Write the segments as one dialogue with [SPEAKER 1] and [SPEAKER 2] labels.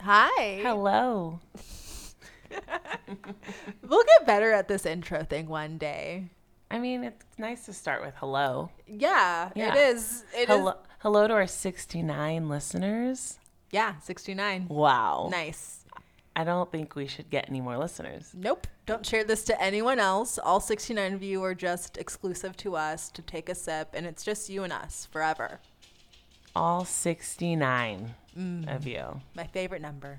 [SPEAKER 1] Hi.
[SPEAKER 2] Hello.
[SPEAKER 1] We'll get better at this intro thing one day.
[SPEAKER 2] I mean, it's nice to start with hello.
[SPEAKER 1] Yeah,
[SPEAKER 2] Yeah.
[SPEAKER 1] it is. It is.
[SPEAKER 2] Hello, hello to our 69 listeners.
[SPEAKER 1] Yeah, 69.
[SPEAKER 2] Wow.
[SPEAKER 1] Nice.
[SPEAKER 2] I don't think we should get any more listeners.
[SPEAKER 1] Nope. Don't share this to anyone else. All 69 of you are just exclusive to us to take a sip, and it's just you and us forever.
[SPEAKER 2] All 69
[SPEAKER 1] Mm.
[SPEAKER 2] of you.
[SPEAKER 1] My favorite number.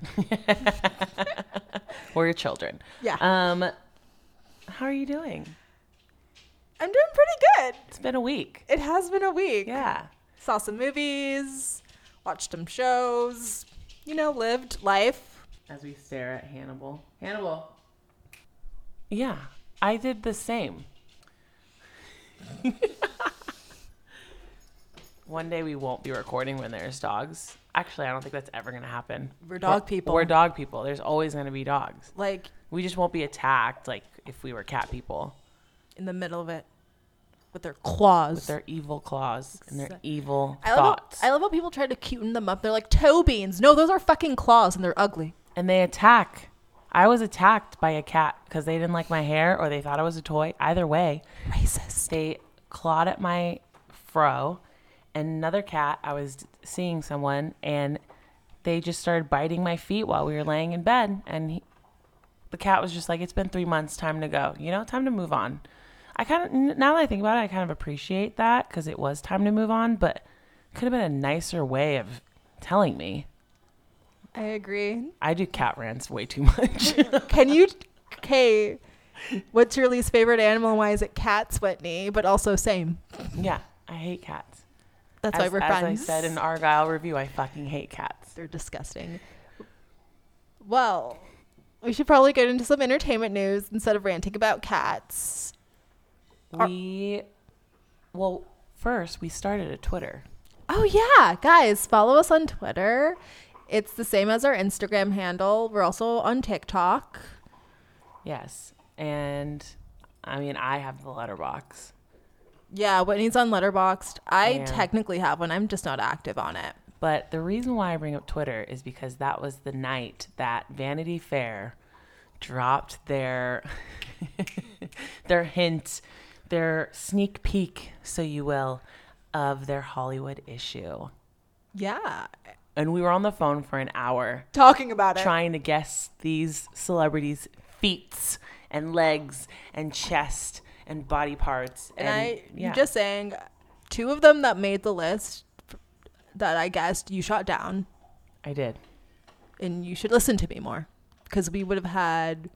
[SPEAKER 2] We're your children.
[SPEAKER 1] Yeah.
[SPEAKER 2] Um, how are you doing?
[SPEAKER 1] I'm doing pretty good.
[SPEAKER 2] It's been a week.
[SPEAKER 1] It has been a week.
[SPEAKER 2] Yeah.
[SPEAKER 1] Saw some movies, watched some shows, you know, lived life.
[SPEAKER 2] As we stare at Hannibal. Hannibal. Yeah, I did the same. One day we won't be recording when there's dogs. Actually, I don't think that's ever going to happen.
[SPEAKER 1] We're dog people.
[SPEAKER 2] We're dog people. There's always going to be dogs.
[SPEAKER 1] Like
[SPEAKER 2] We just won't be attacked like if we were cat people.
[SPEAKER 1] in the middle of it with their claws.
[SPEAKER 2] Their evil claws and their
[SPEAKER 1] Exact-
[SPEAKER 2] evil
[SPEAKER 1] I love, how,
[SPEAKER 2] thoughts.
[SPEAKER 1] I love how people try to cuten them up. They're like toe beans. No, those are fucking claws and they're ugly.
[SPEAKER 2] and they attack. I was attacked by a cat because they didn't like my hair or they thought I was a toy. Either way,
[SPEAKER 1] Racist.
[SPEAKER 2] they clawed at my fro and another cat i was seeing someone and they just started biting my feet while we were laying in bed and he, the cat was just like it's been three months time to go you know time to move on i kind of now that i think about it i kind of appreciate that because it was time to move on but could have been a nicer way of telling me
[SPEAKER 1] I agree.
[SPEAKER 2] i do cat rants way too much
[SPEAKER 1] Can you, okay, what's your least favorite animal and why is it cats, Whitney? But also, same.
[SPEAKER 2] yeah i hate cats
[SPEAKER 1] That's why
[SPEAKER 2] as,
[SPEAKER 1] we're
[SPEAKER 2] as
[SPEAKER 1] friends.
[SPEAKER 2] i said in argyle review i fucking hate cats
[SPEAKER 1] They're disgusting. Well, we should probably get into some entertainment news instead of ranting about cats. Are-
[SPEAKER 2] We, well, first we started a Twitter.
[SPEAKER 1] Oh, yeah. Guys, follow us on Twitter. It's the same as our Instagram handle. We're also on TikTok.
[SPEAKER 2] Yes, and I mean I have the letterbox.
[SPEAKER 1] Yeah, Whitney's on Letterboxd. I
[SPEAKER 2] Oh, Yeah.
[SPEAKER 1] technically have one. I'm just not active on it.
[SPEAKER 2] But the reason why I bring up Twitter is because that was the night that Vanity Fair dropped their their hint, their sneak peek, so you will, of their Hollywood issue.
[SPEAKER 1] Yeah.
[SPEAKER 2] And we were on the phone for an hour
[SPEAKER 1] Talking about it.
[SPEAKER 2] trying to guess these celebrities' feet and legs and chest and body parts.
[SPEAKER 1] and I
[SPEAKER 2] yeah,
[SPEAKER 1] you just sang two of them that made the list f- that I guessed you shot down
[SPEAKER 2] I did.
[SPEAKER 1] and you should listen to me more cuz we would have had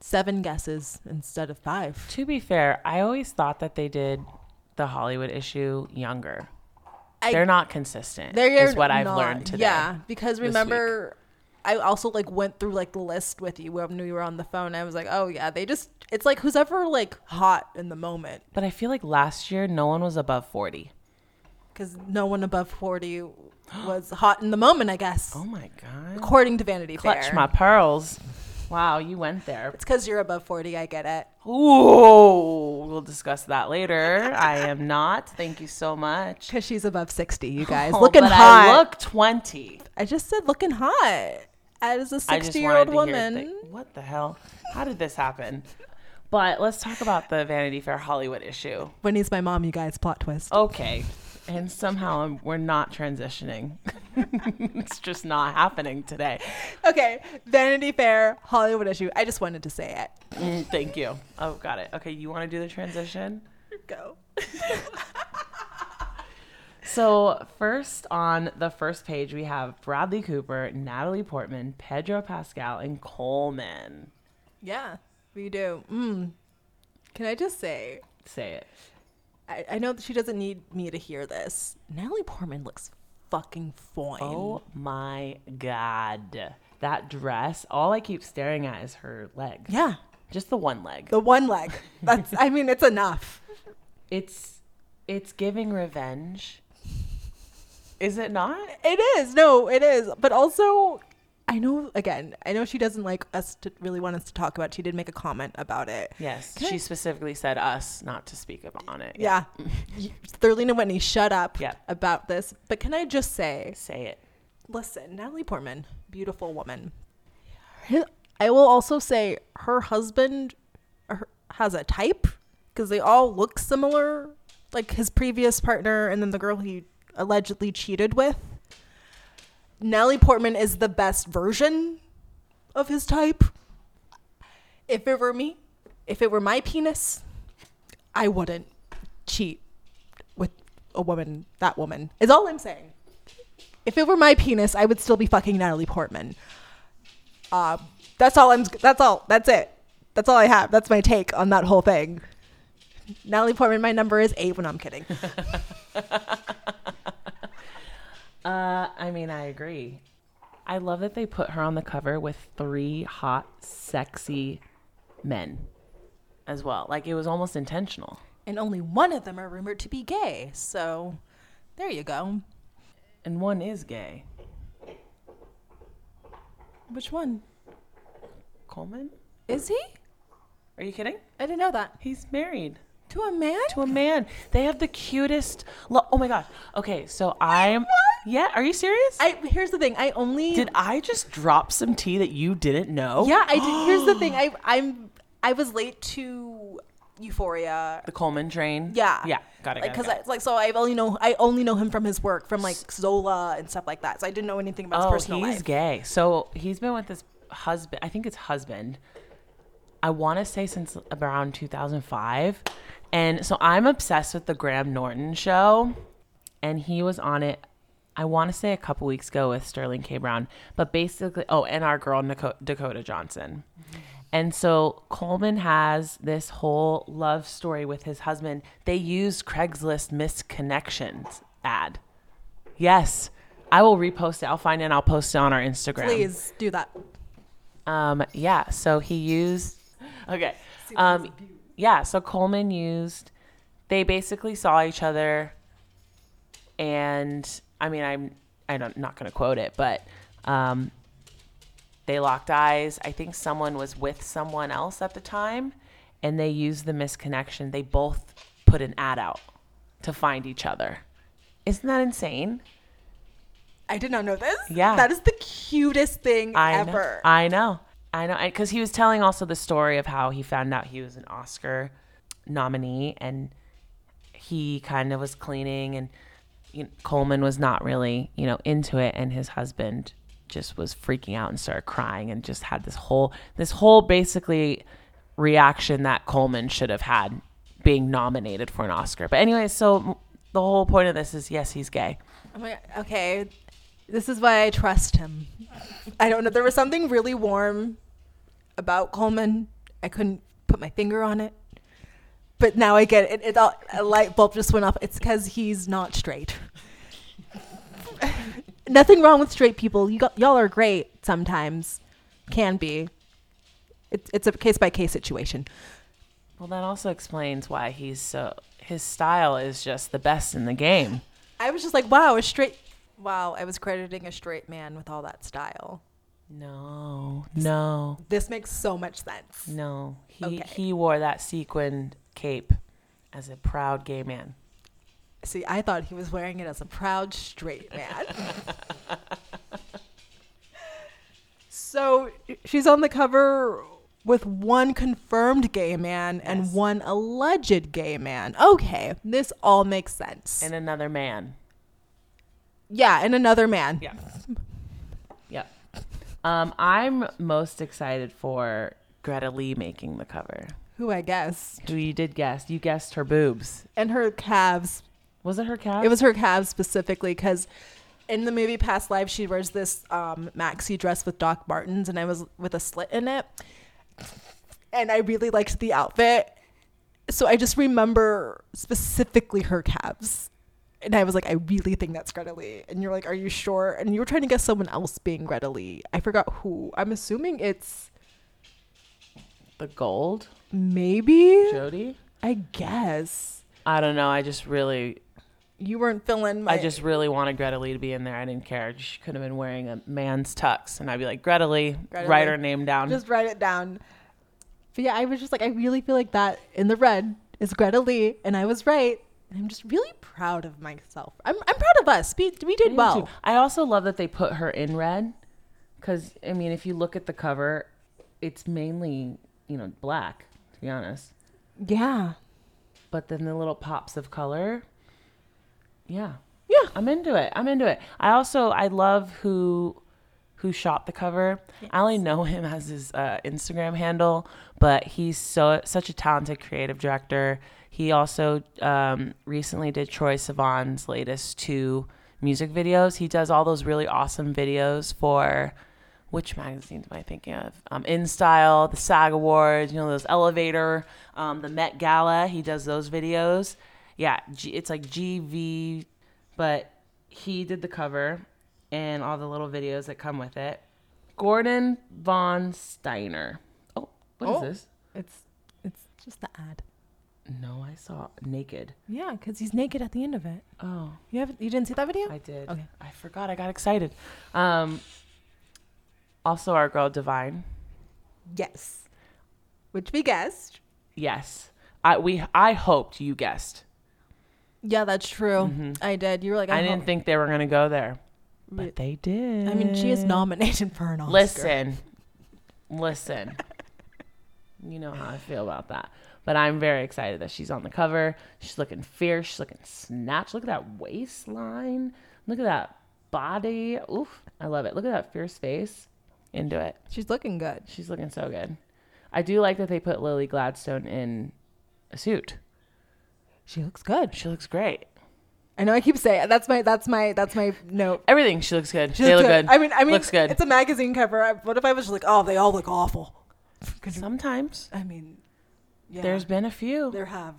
[SPEAKER 1] seven guesses instead of five.
[SPEAKER 2] To be fair, I always thought that they did the Hollywood issue younger.
[SPEAKER 1] I-
[SPEAKER 2] They're not consistent.
[SPEAKER 1] They're
[SPEAKER 2] is what I've
[SPEAKER 1] not-
[SPEAKER 2] learned today.
[SPEAKER 1] Yeah, because
[SPEAKER 2] week.
[SPEAKER 1] remember I also like went through like the list with you when we were on the phone. I was like, "Oh yeah, they just it's like who's ever like hot in the moment."
[SPEAKER 2] But I feel like last year no one was above forty.
[SPEAKER 1] because no one above 40 was hot in the moment, I guess,
[SPEAKER 2] Oh my god!
[SPEAKER 1] according to Vanity
[SPEAKER 2] Clutch
[SPEAKER 1] Fair.
[SPEAKER 2] my pearls. Wow, you went there.
[SPEAKER 1] It's because you're above 40, I get it.
[SPEAKER 2] Ooh, we'll discuss that later. I am not. Thank you so much.
[SPEAKER 1] Because she's above 60, you guys.
[SPEAKER 2] Oh,
[SPEAKER 1] looking
[SPEAKER 2] but
[SPEAKER 1] hot.
[SPEAKER 2] I
[SPEAKER 1] I,
[SPEAKER 2] look 20.
[SPEAKER 1] just said looking hot as a
[SPEAKER 2] I just
[SPEAKER 1] 60 year old
[SPEAKER 2] wanted to hear the-
[SPEAKER 1] woman.
[SPEAKER 2] what the hell? How did this happen? But let's talk about the Vanity Fair Hollywood issue.
[SPEAKER 1] Whitney's my mom, you guys. Plot twist.
[SPEAKER 2] Oh. Okay. And somehow I'm, we're not transitioning. it's just not happening today.
[SPEAKER 1] Okay, Vanity Fair, Hollywood issue. I just wanted to say it.
[SPEAKER 2] Mm, thank you. Oh, got it. Okay, you want to do the transition?
[SPEAKER 1] Go.
[SPEAKER 2] So, first on the first page, we have Bradley Cooper, Natalie Portman, Pedro Pascal, and Coleman.
[SPEAKER 1] Yeah, we do. Mm. Can I just say,
[SPEAKER 2] Say it.
[SPEAKER 1] I, I know that she doesn't need me to hear this. Natalie Portman looks fucking fine.
[SPEAKER 2] Oh my god. That dress, all I keep staring at is her leg.
[SPEAKER 1] Yeah,
[SPEAKER 2] Just the one leg.
[SPEAKER 1] The one leg. That's I mean, it's enough.
[SPEAKER 2] It's it's giving revenge. Is it not?
[SPEAKER 1] It is. No, it is. But also I know again, I know she doesn't like us to really want us to talk about. it. She did make a comment about it.
[SPEAKER 2] Yes.
[SPEAKER 1] Can I-
[SPEAKER 2] she specifically said us not to speak up on it.
[SPEAKER 1] Yeah. Thirlina Whitney, shut up
[SPEAKER 2] Yeah.
[SPEAKER 1] about this. But can I just say
[SPEAKER 2] Say it.
[SPEAKER 1] listen, Natalie Portman, beautiful woman. Her- I will also say her husband her- has a type because they all look similar, like his previous partner and then the girl he allegedly cheated with. Natalie Portman is the best version of his type. If it were me, if it were my penis, I wouldn't cheat with a woman, that woman, is all I'm saying. If it were my penis, I would still be fucking Natalie Portman. Uh, that's all I'm, that's all, that's it. That's all I have. That's my take on that whole thing. Natalie Portman, my number is eight when I'm kidding.
[SPEAKER 2] Uh, I mean, I agree. I love that they put her on the cover with three hot, sexy men as well. Like it was almost intentional.
[SPEAKER 1] and only one of them are rumored to be gay. So there you go.
[SPEAKER 2] And one is gay.
[SPEAKER 1] Which one?
[SPEAKER 2] Coleman?
[SPEAKER 1] Is he?
[SPEAKER 2] Are you kidding?
[SPEAKER 1] I didn't know that.
[SPEAKER 2] He's married
[SPEAKER 1] To a man?
[SPEAKER 2] to a man. They have the cutest. Lo- oh my gosh. Okay, so I'm. Yeah, are you serious?
[SPEAKER 1] I here's the thing. I only
[SPEAKER 2] Did I just drop some tea that you didn't know?
[SPEAKER 1] Yeah, I did. here's the thing. I I'm I was late to Euphoria.
[SPEAKER 2] The Coleman train.
[SPEAKER 1] Yeah.
[SPEAKER 2] Yeah. Got it.
[SPEAKER 1] Like
[SPEAKER 2] Like,
[SPEAKER 1] cuz like so I only know I only know him from his work from like Zola and stuff like that. So I didn't know anything about
[SPEAKER 2] oh,
[SPEAKER 1] his personal
[SPEAKER 2] he's
[SPEAKER 1] life.
[SPEAKER 2] gay. So he's been with this husband. I think it's husband. I want to say since around 2005, and so I'm obsessed with the Graham Norton show, and he was on it. I want to say a couple weeks ago with Sterling K. Brown, but basically, oh, and our girl Nico- Dakota Johnson. And so Coleman has this whole love story with his husband. They used Craigslist misconnections ad. Yes. I will repost it. I'll find it and I'll post it on our Instagram.
[SPEAKER 1] Please do that.
[SPEAKER 2] Um, yeah. So he used. Okay. Um, yeah. So Coleman used. They basically saw each other, and I mean, I'm I don't not gonna quote it, but um, they locked eyes. I think someone was with someone else at the time, and they used the misconnection. They both put an ad out to find each other. Isn't that insane?
[SPEAKER 1] I did not know this.
[SPEAKER 2] Yeah.
[SPEAKER 1] That is the cutest thing
[SPEAKER 2] I know,
[SPEAKER 1] ever.
[SPEAKER 2] I know. I know. Because he was telling also the story of how he found out he was an Oscar nominee and he kind of was cleaning and you know, Coleman was not really, you know, into it. And his husband just was freaking out and started crying and just had this whole, this whole basically reaction that Coleman should have had being nominated for an Oscar. But anyway, so the whole point of this is yes, he's gay.
[SPEAKER 1] Oh my god. Okay. This is why I trust him. I don't know. There was something really warm about Coleman. I couldn't put my finger on it. But now I get it. it, all, a light bulb just went off. It's because he's not straight. Nothing wrong with straight people. You got, y'all are great sometimes. Can be. It, it's a case by case situation.
[SPEAKER 2] Well, that also explains why he's so. His style is just the best in the game.
[SPEAKER 1] I was just like, wow, a straight. Wow, I was crediting a straight man with all that style.
[SPEAKER 2] No, no,
[SPEAKER 1] This makes so much sense.
[SPEAKER 2] no. He
[SPEAKER 1] Okay.
[SPEAKER 2] he wore that sequined cape as a proud gay man.
[SPEAKER 1] See, I thought he was wearing it as a proud straight man. so she's on the cover with one confirmed gay man and one alleged gay man. Okay, this all makes sense.
[SPEAKER 2] And another man.
[SPEAKER 1] yeah, and another man.
[SPEAKER 2] Yeah. Yep. Um, I'm most excited for Greta Lee making the cover.
[SPEAKER 1] Who I guess.
[SPEAKER 2] Do you did guess? You guessed her boobs.
[SPEAKER 1] And her calves.
[SPEAKER 2] Was it her calves?
[SPEAKER 1] It was her calves specifically because in the movie Past Lives, she wears this um, maxi dress with Doc Martens, and I was with a slit in it. And I really liked the outfit. So I just remember specifically her calves. And I was like, I really think that's Greta Lee. And you're like, Are you sure? And you were trying to guess someone else being Greta Lee. I forgot who. I'm assuming it's
[SPEAKER 2] the gold.
[SPEAKER 1] maybe,
[SPEAKER 2] Jody.
[SPEAKER 1] I guess.
[SPEAKER 2] I don't know. I just really
[SPEAKER 1] You weren't feeling my.
[SPEAKER 2] I just really wanted Greta Lee to be in there. I didn't care. She could have been wearing a man's tux, and I'd be like, Greta Lee,
[SPEAKER 1] Greta
[SPEAKER 2] write
[SPEAKER 1] Lee.
[SPEAKER 2] her name down.
[SPEAKER 1] just write it down. But yeah, I was just like, I really feel like that in the red is Greta Lee, and I was right. And I'm just really proud of myself. I'm, I'm proud of us. We, we did well.
[SPEAKER 2] I also love that they put her in red because, I mean, if you look at the cover, it's mainly, you know, black, to be honest.
[SPEAKER 1] Yeah.
[SPEAKER 2] But then the little pops of color. Yeah.
[SPEAKER 1] Yeah.
[SPEAKER 2] I'm into it. I'm into it. I also I love who who shot the cover. I only know him as his uh, Instagram handle, but he's so such a talented creative director. He also um, recently did Troy Sivan's latest two music videos. He does all those really awesome videos for which magazines am I thinking of? Um, In Style, the SAG Awards, you know those Elevator, um, the Met Gala. He does those videos. Yeah, G- it's like GV but he did the cover and all the little videos that come with it. Gordon Von Steiner. Oh, what is
[SPEAKER 1] Oh.
[SPEAKER 2] this?
[SPEAKER 1] It's, it's just the ad.
[SPEAKER 2] No, I saw naked.
[SPEAKER 1] Yeah, because he's naked at the end of it.
[SPEAKER 2] Oh,
[SPEAKER 1] You have you didn't see that video?
[SPEAKER 2] I did.
[SPEAKER 1] Okay.
[SPEAKER 2] I forgot. I got excited. Um, also, our girl Divine.
[SPEAKER 1] yes. Which we guessed.
[SPEAKER 2] Yes, I we I hoped you guessed.
[SPEAKER 1] Yeah, that's true. I did. You were like, Mm-hmm. I,
[SPEAKER 2] I didn't
[SPEAKER 1] hope-
[SPEAKER 2] think they were gonna go there,
[SPEAKER 1] Re-
[SPEAKER 2] but they did.
[SPEAKER 1] I mean, she is nominated for an Oscar.
[SPEAKER 2] Listen, listen. you know how I feel about that. But I'm very excited that she's on the cover. She's looking fierce. She's looking snatched. Look at that waistline. Look at that body. Oof. I love it. Look at that fierce face. Into it.
[SPEAKER 1] she's looking good.
[SPEAKER 2] She's looking so good. I do like that they put Lily Gladstone in a suit.
[SPEAKER 1] She looks good.
[SPEAKER 2] She looks great.
[SPEAKER 1] I know. I keep saying that's my that's my that's my note.
[SPEAKER 2] Everything. She looks good.
[SPEAKER 1] She
[SPEAKER 2] they
[SPEAKER 1] looks
[SPEAKER 2] look good.
[SPEAKER 1] I mean, I mean,
[SPEAKER 2] looks good.
[SPEAKER 1] It's a magazine cover. I, what if I was just like, oh, they all look awful? 'Cause you-
[SPEAKER 2] Sometimes
[SPEAKER 1] I mean, yeah,
[SPEAKER 2] there's been a few.
[SPEAKER 1] there have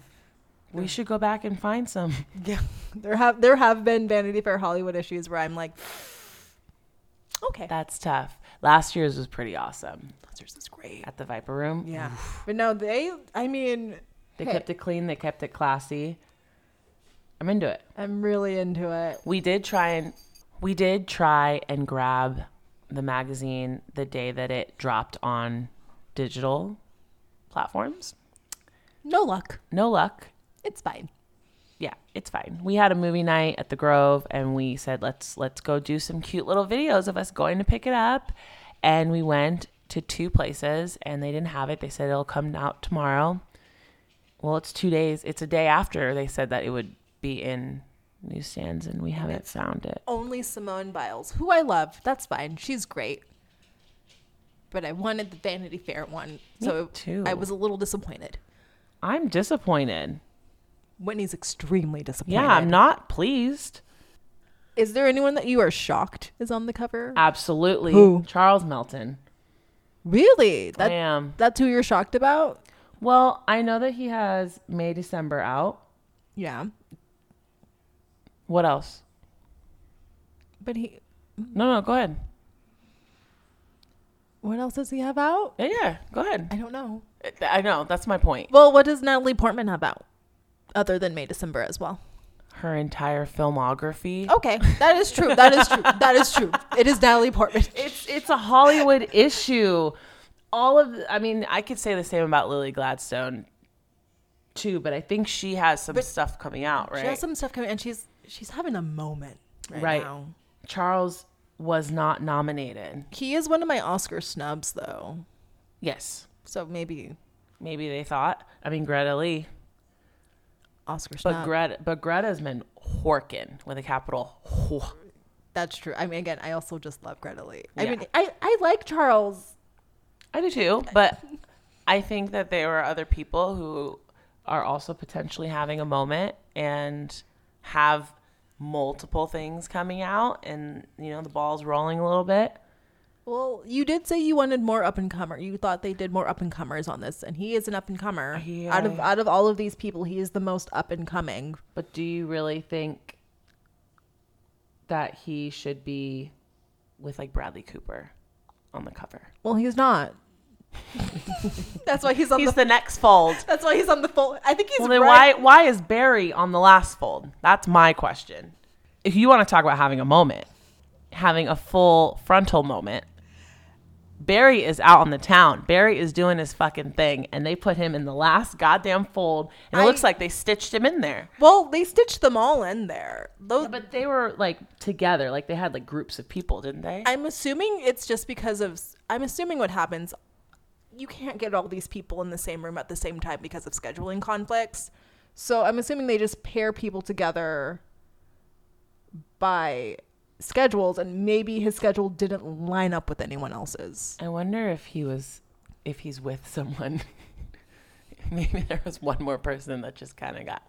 [SPEAKER 2] We should go back and find some.
[SPEAKER 1] yeah there have there have been Vanity Fair Hollywood issues where I'm like, okay,
[SPEAKER 2] That's tough. Last year's was pretty awesome
[SPEAKER 1] that's just great.
[SPEAKER 2] at the Viper Room.
[SPEAKER 1] Yeah, but no, they. I mean,
[SPEAKER 2] They
[SPEAKER 1] Hey.
[SPEAKER 2] kept it clean, they kept it classy. I'm into it.
[SPEAKER 1] I'm really into it.
[SPEAKER 2] We did try and we did try and grab the magazine the day that it dropped on digital platforms.
[SPEAKER 1] No luck.
[SPEAKER 2] No luck.
[SPEAKER 1] It's fine.
[SPEAKER 2] Yeah, it's fine. We had a movie night at the Grove and we said let's let's go do some cute little videos of us going to pick it up. And we went to two places and they didn't have it. They said it'll come out tomorrow. Well, it's two days. It's a day after they said that it would be in newsstands and we haven't found it.
[SPEAKER 1] Only Simone Biles, who I love. That's fine. She's great. But I wanted the Vanity Fair one, so
[SPEAKER 2] too.
[SPEAKER 1] I was a little disappointed.
[SPEAKER 2] I'm disappointed.
[SPEAKER 1] Whitney's extremely disappointed.
[SPEAKER 2] Yeah, I'm not pleased.
[SPEAKER 1] Is there anyone that you are shocked is on the cover?
[SPEAKER 2] Absolutely.
[SPEAKER 1] Who?
[SPEAKER 2] Charles Melton.
[SPEAKER 1] really?
[SPEAKER 2] I
[SPEAKER 1] That
[SPEAKER 2] am.
[SPEAKER 1] that's who you're shocked about?
[SPEAKER 2] Well, I know that he has May December out.
[SPEAKER 1] Yeah.
[SPEAKER 2] What else?
[SPEAKER 1] But he
[SPEAKER 2] No, no, go ahead.
[SPEAKER 1] what else does he have out?
[SPEAKER 2] Yeah, yeah, go ahead.
[SPEAKER 1] I don't know.
[SPEAKER 2] I know that's my point.
[SPEAKER 1] Well, what does Natalie Portman have out? Other than May December as well.
[SPEAKER 2] Her entire filmography.
[SPEAKER 1] Okay. That is true. That is true. That is true. It is Natalie Portman.
[SPEAKER 2] It's it's a Hollywood issue. All of I mean, I could say the same about Lily Gladstone too, but I think she has some stuff coming out, right?
[SPEAKER 1] She has some stuff coming and she's she's having a moment right,
[SPEAKER 2] Right.
[SPEAKER 1] now.
[SPEAKER 2] Charles was not nominated.
[SPEAKER 1] He is one of my Oscar snubs though.
[SPEAKER 2] Yes.
[SPEAKER 1] So maybe
[SPEAKER 2] Maybe they thought. I mean Greta Lee.
[SPEAKER 1] Oscar
[SPEAKER 2] But
[SPEAKER 1] snub.
[SPEAKER 2] Greta but Greta's been horkin with a capital wh-
[SPEAKER 1] That's true. I mean, again, I also just love Greta Lee. I
[SPEAKER 2] Yeah.
[SPEAKER 1] mean, I, I like Charles.
[SPEAKER 2] I do too, but I think that there are other people who are also potentially having a moment and have multiple things coming out and you know the ball's rolling a little bit.
[SPEAKER 1] Well, you did say you wanted more up and comer. You thought they did more up and comers on this, and he is an up and comer.
[SPEAKER 2] Yeah.
[SPEAKER 1] Out of out of all of these people, he is the most up and coming.
[SPEAKER 2] But do you really think that he should be with like Bradley Cooper on the cover?
[SPEAKER 1] Well, he's not. that's why he's on
[SPEAKER 2] He's
[SPEAKER 1] the.
[SPEAKER 2] the next fold.
[SPEAKER 1] That's why he's on the full. I think he's.
[SPEAKER 2] Well, then
[SPEAKER 1] right.
[SPEAKER 2] why why is Barry on the last fold? That's my question. If you want to talk about having a moment, having a full frontal moment, Barry is out on the town. Barry is doing his fucking thing, and they put him in the last goddamn fold. And it
[SPEAKER 1] I-
[SPEAKER 2] looks like they stitched him in there.
[SPEAKER 1] Well, they stitched them all in there. Those,
[SPEAKER 2] But they were like together, like they had like groups of people, didn't they?
[SPEAKER 1] I'm assuming it's just because of. I'm assuming what happens. You can't get all these people in the same room at the same time because of scheduling conflicts. So I'm assuming they just pair people together by schedules, and maybe his schedule didn't line up with anyone else's.
[SPEAKER 2] I wonder if he was, if he's with someone. Maybe there was one more person that just kind of got,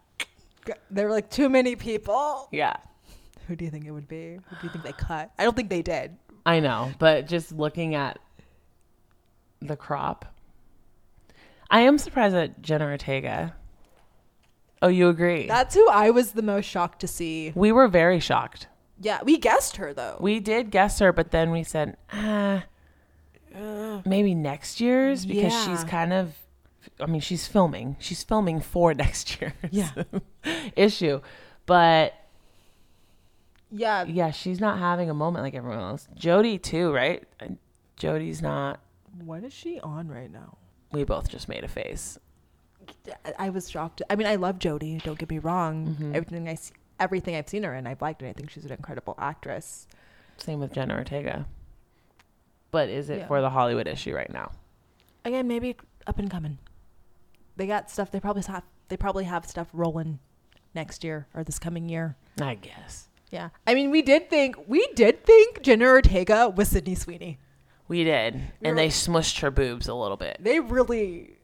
[SPEAKER 1] There were like too many people.
[SPEAKER 2] yeah.
[SPEAKER 1] Who do you think it would be? Who do you think they cut? I don't think they did.
[SPEAKER 2] I know, but just looking at the crop, I am surprised at Jenna Ortega. Oh, you agree?
[SPEAKER 1] That's who I was the most shocked to see.
[SPEAKER 2] we were very shocked.
[SPEAKER 1] Yeah, we guessed her though.
[SPEAKER 2] We did guess her, but then we said, ah, maybe next year's because she's
[SPEAKER 1] Yeah.
[SPEAKER 2] kind of, I mean, she's filming. She's filming for next year's
[SPEAKER 1] Yeah.
[SPEAKER 2] issue. But
[SPEAKER 1] yeah,
[SPEAKER 2] yeah, she's not having a moment like everyone else. Jody, too, right? And Jody's not.
[SPEAKER 1] What is she on right now?
[SPEAKER 2] We both just made a face.
[SPEAKER 1] I- I was shocked. I mean, I love Jodie. Don't get me wrong. Everything I see, everything I've seen her in, I've liked, and I think she's an incredible actress.
[SPEAKER 2] Same with Jenna Ortega. But is it
[SPEAKER 1] Yeah.
[SPEAKER 2] for the Hollywood issue right now?
[SPEAKER 1] Again, maybe up and coming. They got stuff. They probably have. They probably have stuff rolling next year or this coming year.
[SPEAKER 2] I guess.
[SPEAKER 1] Yeah. I mean, we did think we did think Jenna Ortega was Sydney Sweeney.
[SPEAKER 2] We did. And they smushed her boobs a little bit.
[SPEAKER 1] They really.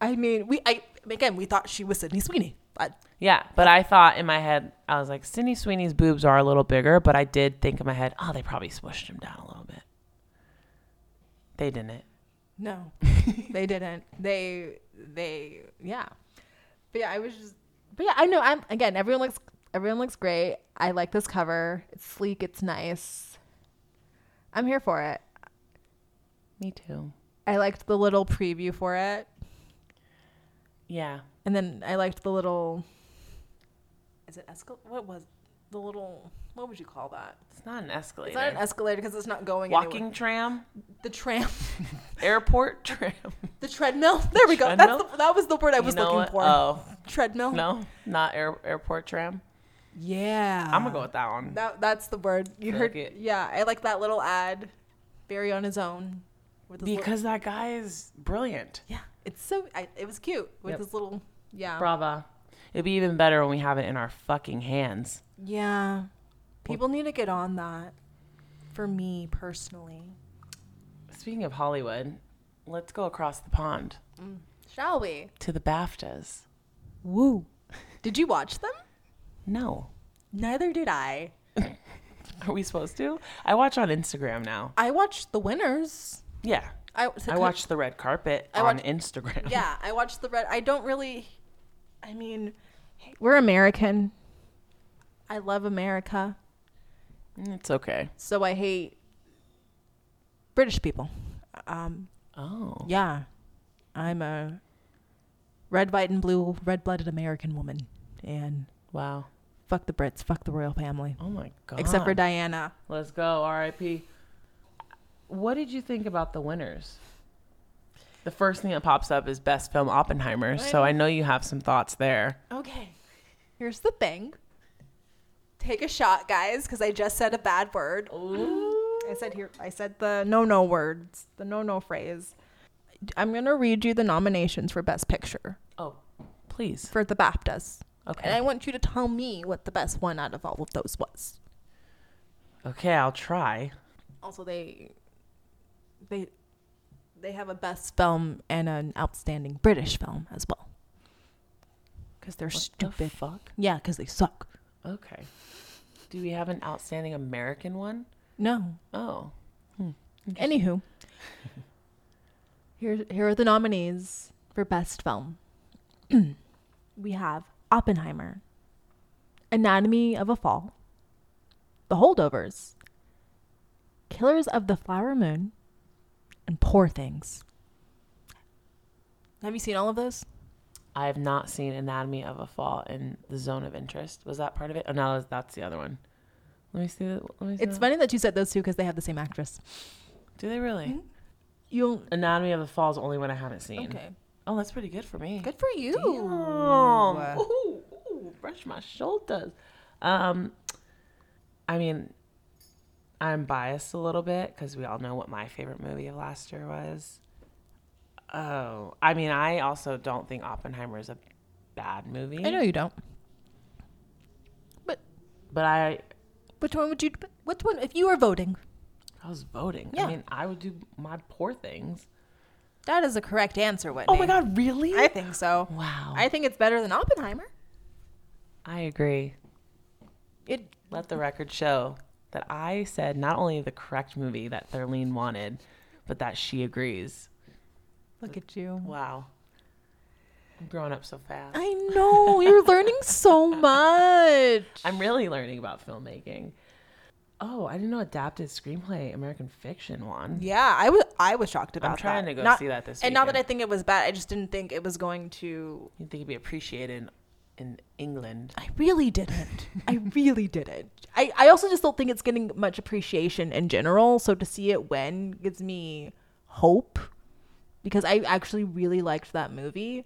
[SPEAKER 1] I mean, we. I again, we thought she was Sydney Sweeney. I,
[SPEAKER 2] Yeah. But I thought in my head, I was like, Sydney Sweeney's boobs are a little bigger. But I did think in my head, oh, they probably smushed them down a little bit. They didn't.
[SPEAKER 1] No, they didn't. They they yeah. But yeah, I was just. But yeah, I know. I'm again. Everyone looks everyone looks great. I like this cover. It's sleek. It's nice. I'm here for it.
[SPEAKER 2] Me too.
[SPEAKER 1] I liked the little preview for it,
[SPEAKER 2] Yeah.
[SPEAKER 1] and then I liked the little. Is it escal? What was the little? What would you call that?
[SPEAKER 2] It's not an escalator.
[SPEAKER 1] It's not an escalator because it's not going. anywhere.
[SPEAKER 2] Walking tram,
[SPEAKER 1] the tram,
[SPEAKER 2] airport tram.
[SPEAKER 1] the treadmill. There we go.
[SPEAKER 2] Treadmill?
[SPEAKER 1] That's the, that was the word I was
[SPEAKER 2] You know
[SPEAKER 1] looking for.
[SPEAKER 2] what? Oh,
[SPEAKER 1] treadmill.
[SPEAKER 2] no, not air, airport tram.
[SPEAKER 1] Yeah.
[SPEAKER 2] I'm gonna go with that one.
[SPEAKER 1] Uh, That that's the word you
[SPEAKER 2] Fuck
[SPEAKER 1] heard.
[SPEAKER 2] it.
[SPEAKER 1] Yeah, I like that little ad. Barry on his own. With his little-
[SPEAKER 2] because that guy is brilliant.
[SPEAKER 1] yeah, it's so I, it was cute with
[SPEAKER 2] Yep.
[SPEAKER 1] his little yeah
[SPEAKER 2] Brava. It'd be even better when we have it in our fucking hands.
[SPEAKER 1] yeah. People need to get on that. For me personally,
[SPEAKER 2] Speaking of Hollywood, let's go across the pond
[SPEAKER 1] shall we?
[SPEAKER 2] to the BAFTAs.
[SPEAKER 1] Woo! Did you watch them?
[SPEAKER 2] No.
[SPEAKER 1] Neither did I.
[SPEAKER 2] Are we supposed to? I watch on Instagram now.
[SPEAKER 1] I watched the winners.
[SPEAKER 2] Yeah.
[SPEAKER 1] I
[SPEAKER 2] I watch the red carpet
[SPEAKER 1] I
[SPEAKER 2] on
[SPEAKER 1] watch-
[SPEAKER 2] Instagram.
[SPEAKER 1] Yeah, I watched the red. I don't really. I mean, we're American. I love America.
[SPEAKER 2] Mm, It's okay.
[SPEAKER 1] So I hate British people. Um,
[SPEAKER 2] Oh.
[SPEAKER 1] yeah, I'm a red, white, and blue, red blooded American woman. And
[SPEAKER 2] Wow.
[SPEAKER 1] fuck the Brits, fuck the royal family.
[SPEAKER 2] Oh my god.
[SPEAKER 1] Except for Diana.
[SPEAKER 2] Let's go, RIP. What did you think about the winners? The first thing that pops up is best film Oppenheimer, so I know you have some thoughts there.
[SPEAKER 1] Okay, here's the thing take a shot, guys, because I just said a bad word. I said here, I said the no no words, the no no phrase. I'm going to read you the nominations for Best Picture
[SPEAKER 2] Oh, please.
[SPEAKER 1] for the BAFTAs.
[SPEAKER 2] Okay.
[SPEAKER 1] And I want you to tell me what the best one out of all of those was.
[SPEAKER 2] Okay, I'll try.
[SPEAKER 1] Also, they they they have a best film and an outstanding British film as well. Because they're
[SPEAKER 2] The
[SPEAKER 1] stupid.
[SPEAKER 2] fuck.
[SPEAKER 1] yeah, because they suck.
[SPEAKER 2] Okay. Do we have an outstanding American one?
[SPEAKER 1] No.
[SPEAKER 2] Oh,
[SPEAKER 1] Anywho, here here are the nominees for best film. we have Oppenheimer, Anatomy of a Fall, The Holdovers, Killers of the Flower Moon, and Poor Things. Have you seen all of those?
[SPEAKER 2] I have not seen Anatomy of a Fall in the Zone of Interest. Was that part of it? Oh no, that's the other one. Let me see. The, let me see
[SPEAKER 1] It's
[SPEAKER 2] the-
[SPEAKER 1] funny that you said those two because they have the same actress.
[SPEAKER 2] Hmm? Do they really?
[SPEAKER 1] You
[SPEAKER 2] Anatomy of the Falls only one I haven't seen.
[SPEAKER 1] okay?
[SPEAKER 2] Oh, that's pretty good for me.
[SPEAKER 1] Good for you.
[SPEAKER 2] Damn. Um, Ooh, ooh, brush my shoulders. Um, I mean, I'm biased a little bit because we all know what my favorite movie of last year was. Oh, I mean, I also don't think Oppenheimer is a bad movie,
[SPEAKER 1] I know you don't. But
[SPEAKER 2] but I
[SPEAKER 1] which one would you? Which one? If you were voting,
[SPEAKER 2] I was voting.
[SPEAKER 1] Yeah.
[SPEAKER 2] I mean, I would do my poor things.
[SPEAKER 1] that is the correct answer, Whitney.
[SPEAKER 2] Oh my god, really?
[SPEAKER 1] I think so.
[SPEAKER 2] wow,
[SPEAKER 1] I think it's better than Oppenheimer.
[SPEAKER 2] I agree.
[SPEAKER 1] It
[SPEAKER 2] Let the record show that I said not only the correct movie that Thurleen wanted, but that she agrees.
[SPEAKER 1] Look at you.
[SPEAKER 2] Wow. I'm growing up so fast.
[SPEAKER 1] I know. You're learning so much.
[SPEAKER 2] I'm really learning about filmmaking. Oh, I didn't know adapted screenplay American fiction won.
[SPEAKER 1] Yeah, I was I was shocked about
[SPEAKER 2] I'm trying
[SPEAKER 1] that.
[SPEAKER 2] to go
[SPEAKER 1] Not-
[SPEAKER 2] see that this
[SPEAKER 1] And not that I
[SPEAKER 2] weekend.
[SPEAKER 1] think it was bad, I just didn't think it was going to
[SPEAKER 2] You'd think it'd be appreciated in England.
[SPEAKER 1] I really didn't. I really didn't. I, I also just don't think it's getting much appreciation in general. So to see it win gives me hope because I actually really liked that movie.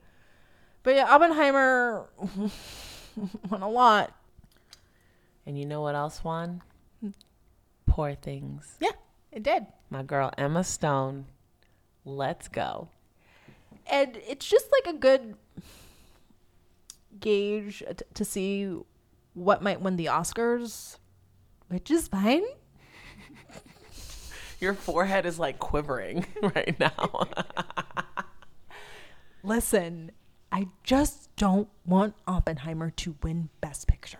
[SPEAKER 1] But yeah, Oppenheimer won a lot.
[SPEAKER 2] And you know what else won?
[SPEAKER 1] Hmm.
[SPEAKER 2] Poor Things.
[SPEAKER 1] Yeah, it did.
[SPEAKER 2] My girl Emma Stone. Let's go.
[SPEAKER 1] and it's just like a good gauge t- to see what might win the Oscars, which is fine.
[SPEAKER 2] Your forehead is like quivering right now.
[SPEAKER 1] Listen, I just don't want Oppenheimer to win Best Picture.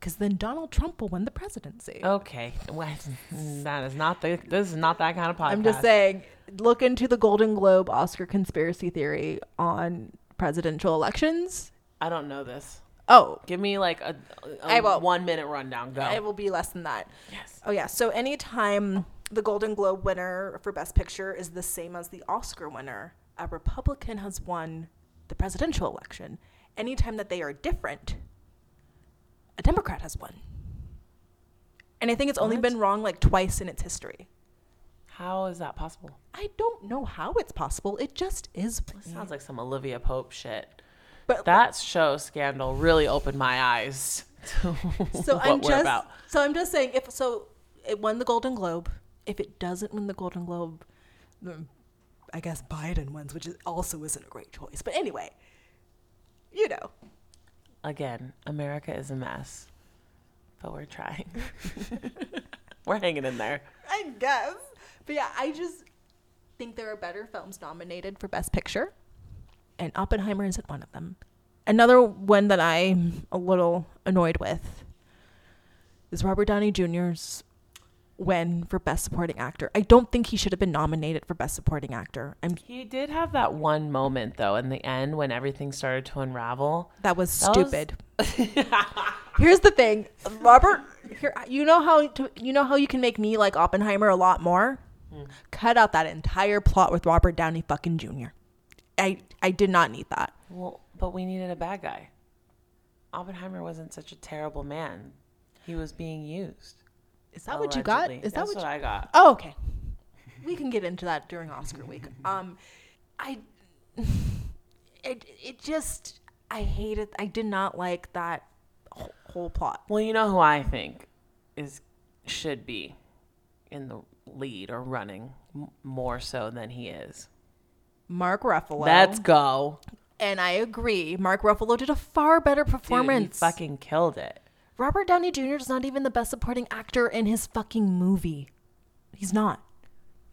[SPEAKER 1] Because then Donald Trump will win the presidency.
[SPEAKER 2] okay. Well, that is not the this is not that kind of podcast.
[SPEAKER 1] I'm just saying, look into the Golden Globe Oscar conspiracy theory on presidential elections.
[SPEAKER 2] I don't know this.
[SPEAKER 1] Oh,
[SPEAKER 2] Give me like a, a
[SPEAKER 1] I will.
[SPEAKER 2] one minute rundown. Go.
[SPEAKER 1] it will be less than that.
[SPEAKER 2] yes.
[SPEAKER 1] Oh yeah. So anytime the Golden Globe winner for Best Picture is the same as the Oscar winner, a Republican has won the presidential election. Anytime that they are different, a Democrat has won. And I think it's only
[SPEAKER 2] What?
[SPEAKER 1] been wrong like twice in its history.
[SPEAKER 2] How is that possible?
[SPEAKER 1] I don't know how it's possible. It just is.
[SPEAKER 2] This sounds like some Olivia Pope shit.
[SPEAKER 1] But
[SPEAKER 2] That show scandal really opened my eyes to
[SPEAKER 1] so
[SPEAKER 2] what
[SPEAKER 1] I'm
[SPEAKER 2] we're
[SPEAKER 1] just
[SPEAKER 2] about.
[SPEAKER 1] so I'm just saying if so it won the Golden Globe. If it doesn't win the Golden Globe, then I guess Biden wins, which is also isn't a great choice. But anyway, you know,
[SPEAKER 2] Again, America is a mess, but we're trying. we're hanging in there.
[SPEAKER 1] I guess. But yeah, I just think there are better films nominated for Best Picture, and Oppenheimer isn't one of them. Another one that I'm a little annoyed with is Robert Downey Jr.'s win for Best Supporting Actor. I don't think he should have been nominated for Best Supporting Actor. I'm
[SPEAKER 2] He did have that one moment though in the end when everything started to unravel.
[SPEAKER 1] that was
[SPEAKER 2] That was-
[SPEAKER 1] stupid. Here's the thing, Robert. Here, you know how to, you know how you can make me like Oppenheimer a lot more. Cut out that entire plot with Robert Downey fucking Jr. I I did not need that.
[SPEAKER 2] Well, but we needed a bad guy. Oppenheimer wasn't such a terrible man. He was being used.
[SPEAKER 1] Is that what you got?
[SPEAKER 2] allegedly.
[SPEAKER 1] Is that
[SPEAKER 2] That's
[SPEAKER 1] what? You,
[SPEAKER 2] I got?
[SPEAKER 1] oh, okay. We can get into that during Oscar week. Um, I it it just I hated. I did not like that wh- whole plot.
[SPEAKER 2] Well, you know who I think is should be in the lead or running m- more so than he is.
[SPEAKER 1] Mark Ruffalo.
[SPEAKER 2] Let's go.
[SPEAKER 1] and I agree. Mark Ruffalo did a far better
[SPEAKER 2] Dude, he
[SPEAKER 1] performance.
[SPEAKER 2] fucking killed it.
[SPEAKER 1] Robert Downey Jr. is not even the best supporting actor in his fucking movie. He's not.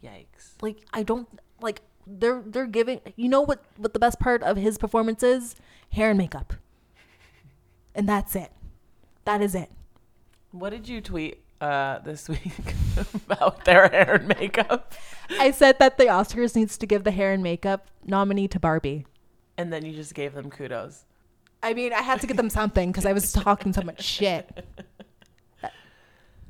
[SPEAKER 2] Yikes.
[SPEAKER 1] Like I don't like they're they're giving you know what what the best part of his performance is? Hair and makeup. And that's it. That is it.
[SPEAKER 2] What did you tweet uh, this week about their hair and makeup?
[SPEAKER 1] I said that the Oscars needs to give the hair and makeup nominee to Barbie.
[SPEAKER 2] And then you just gave them kudos.
[SPEAKER 1] I mean, I had to get them something because I was talking so much shit.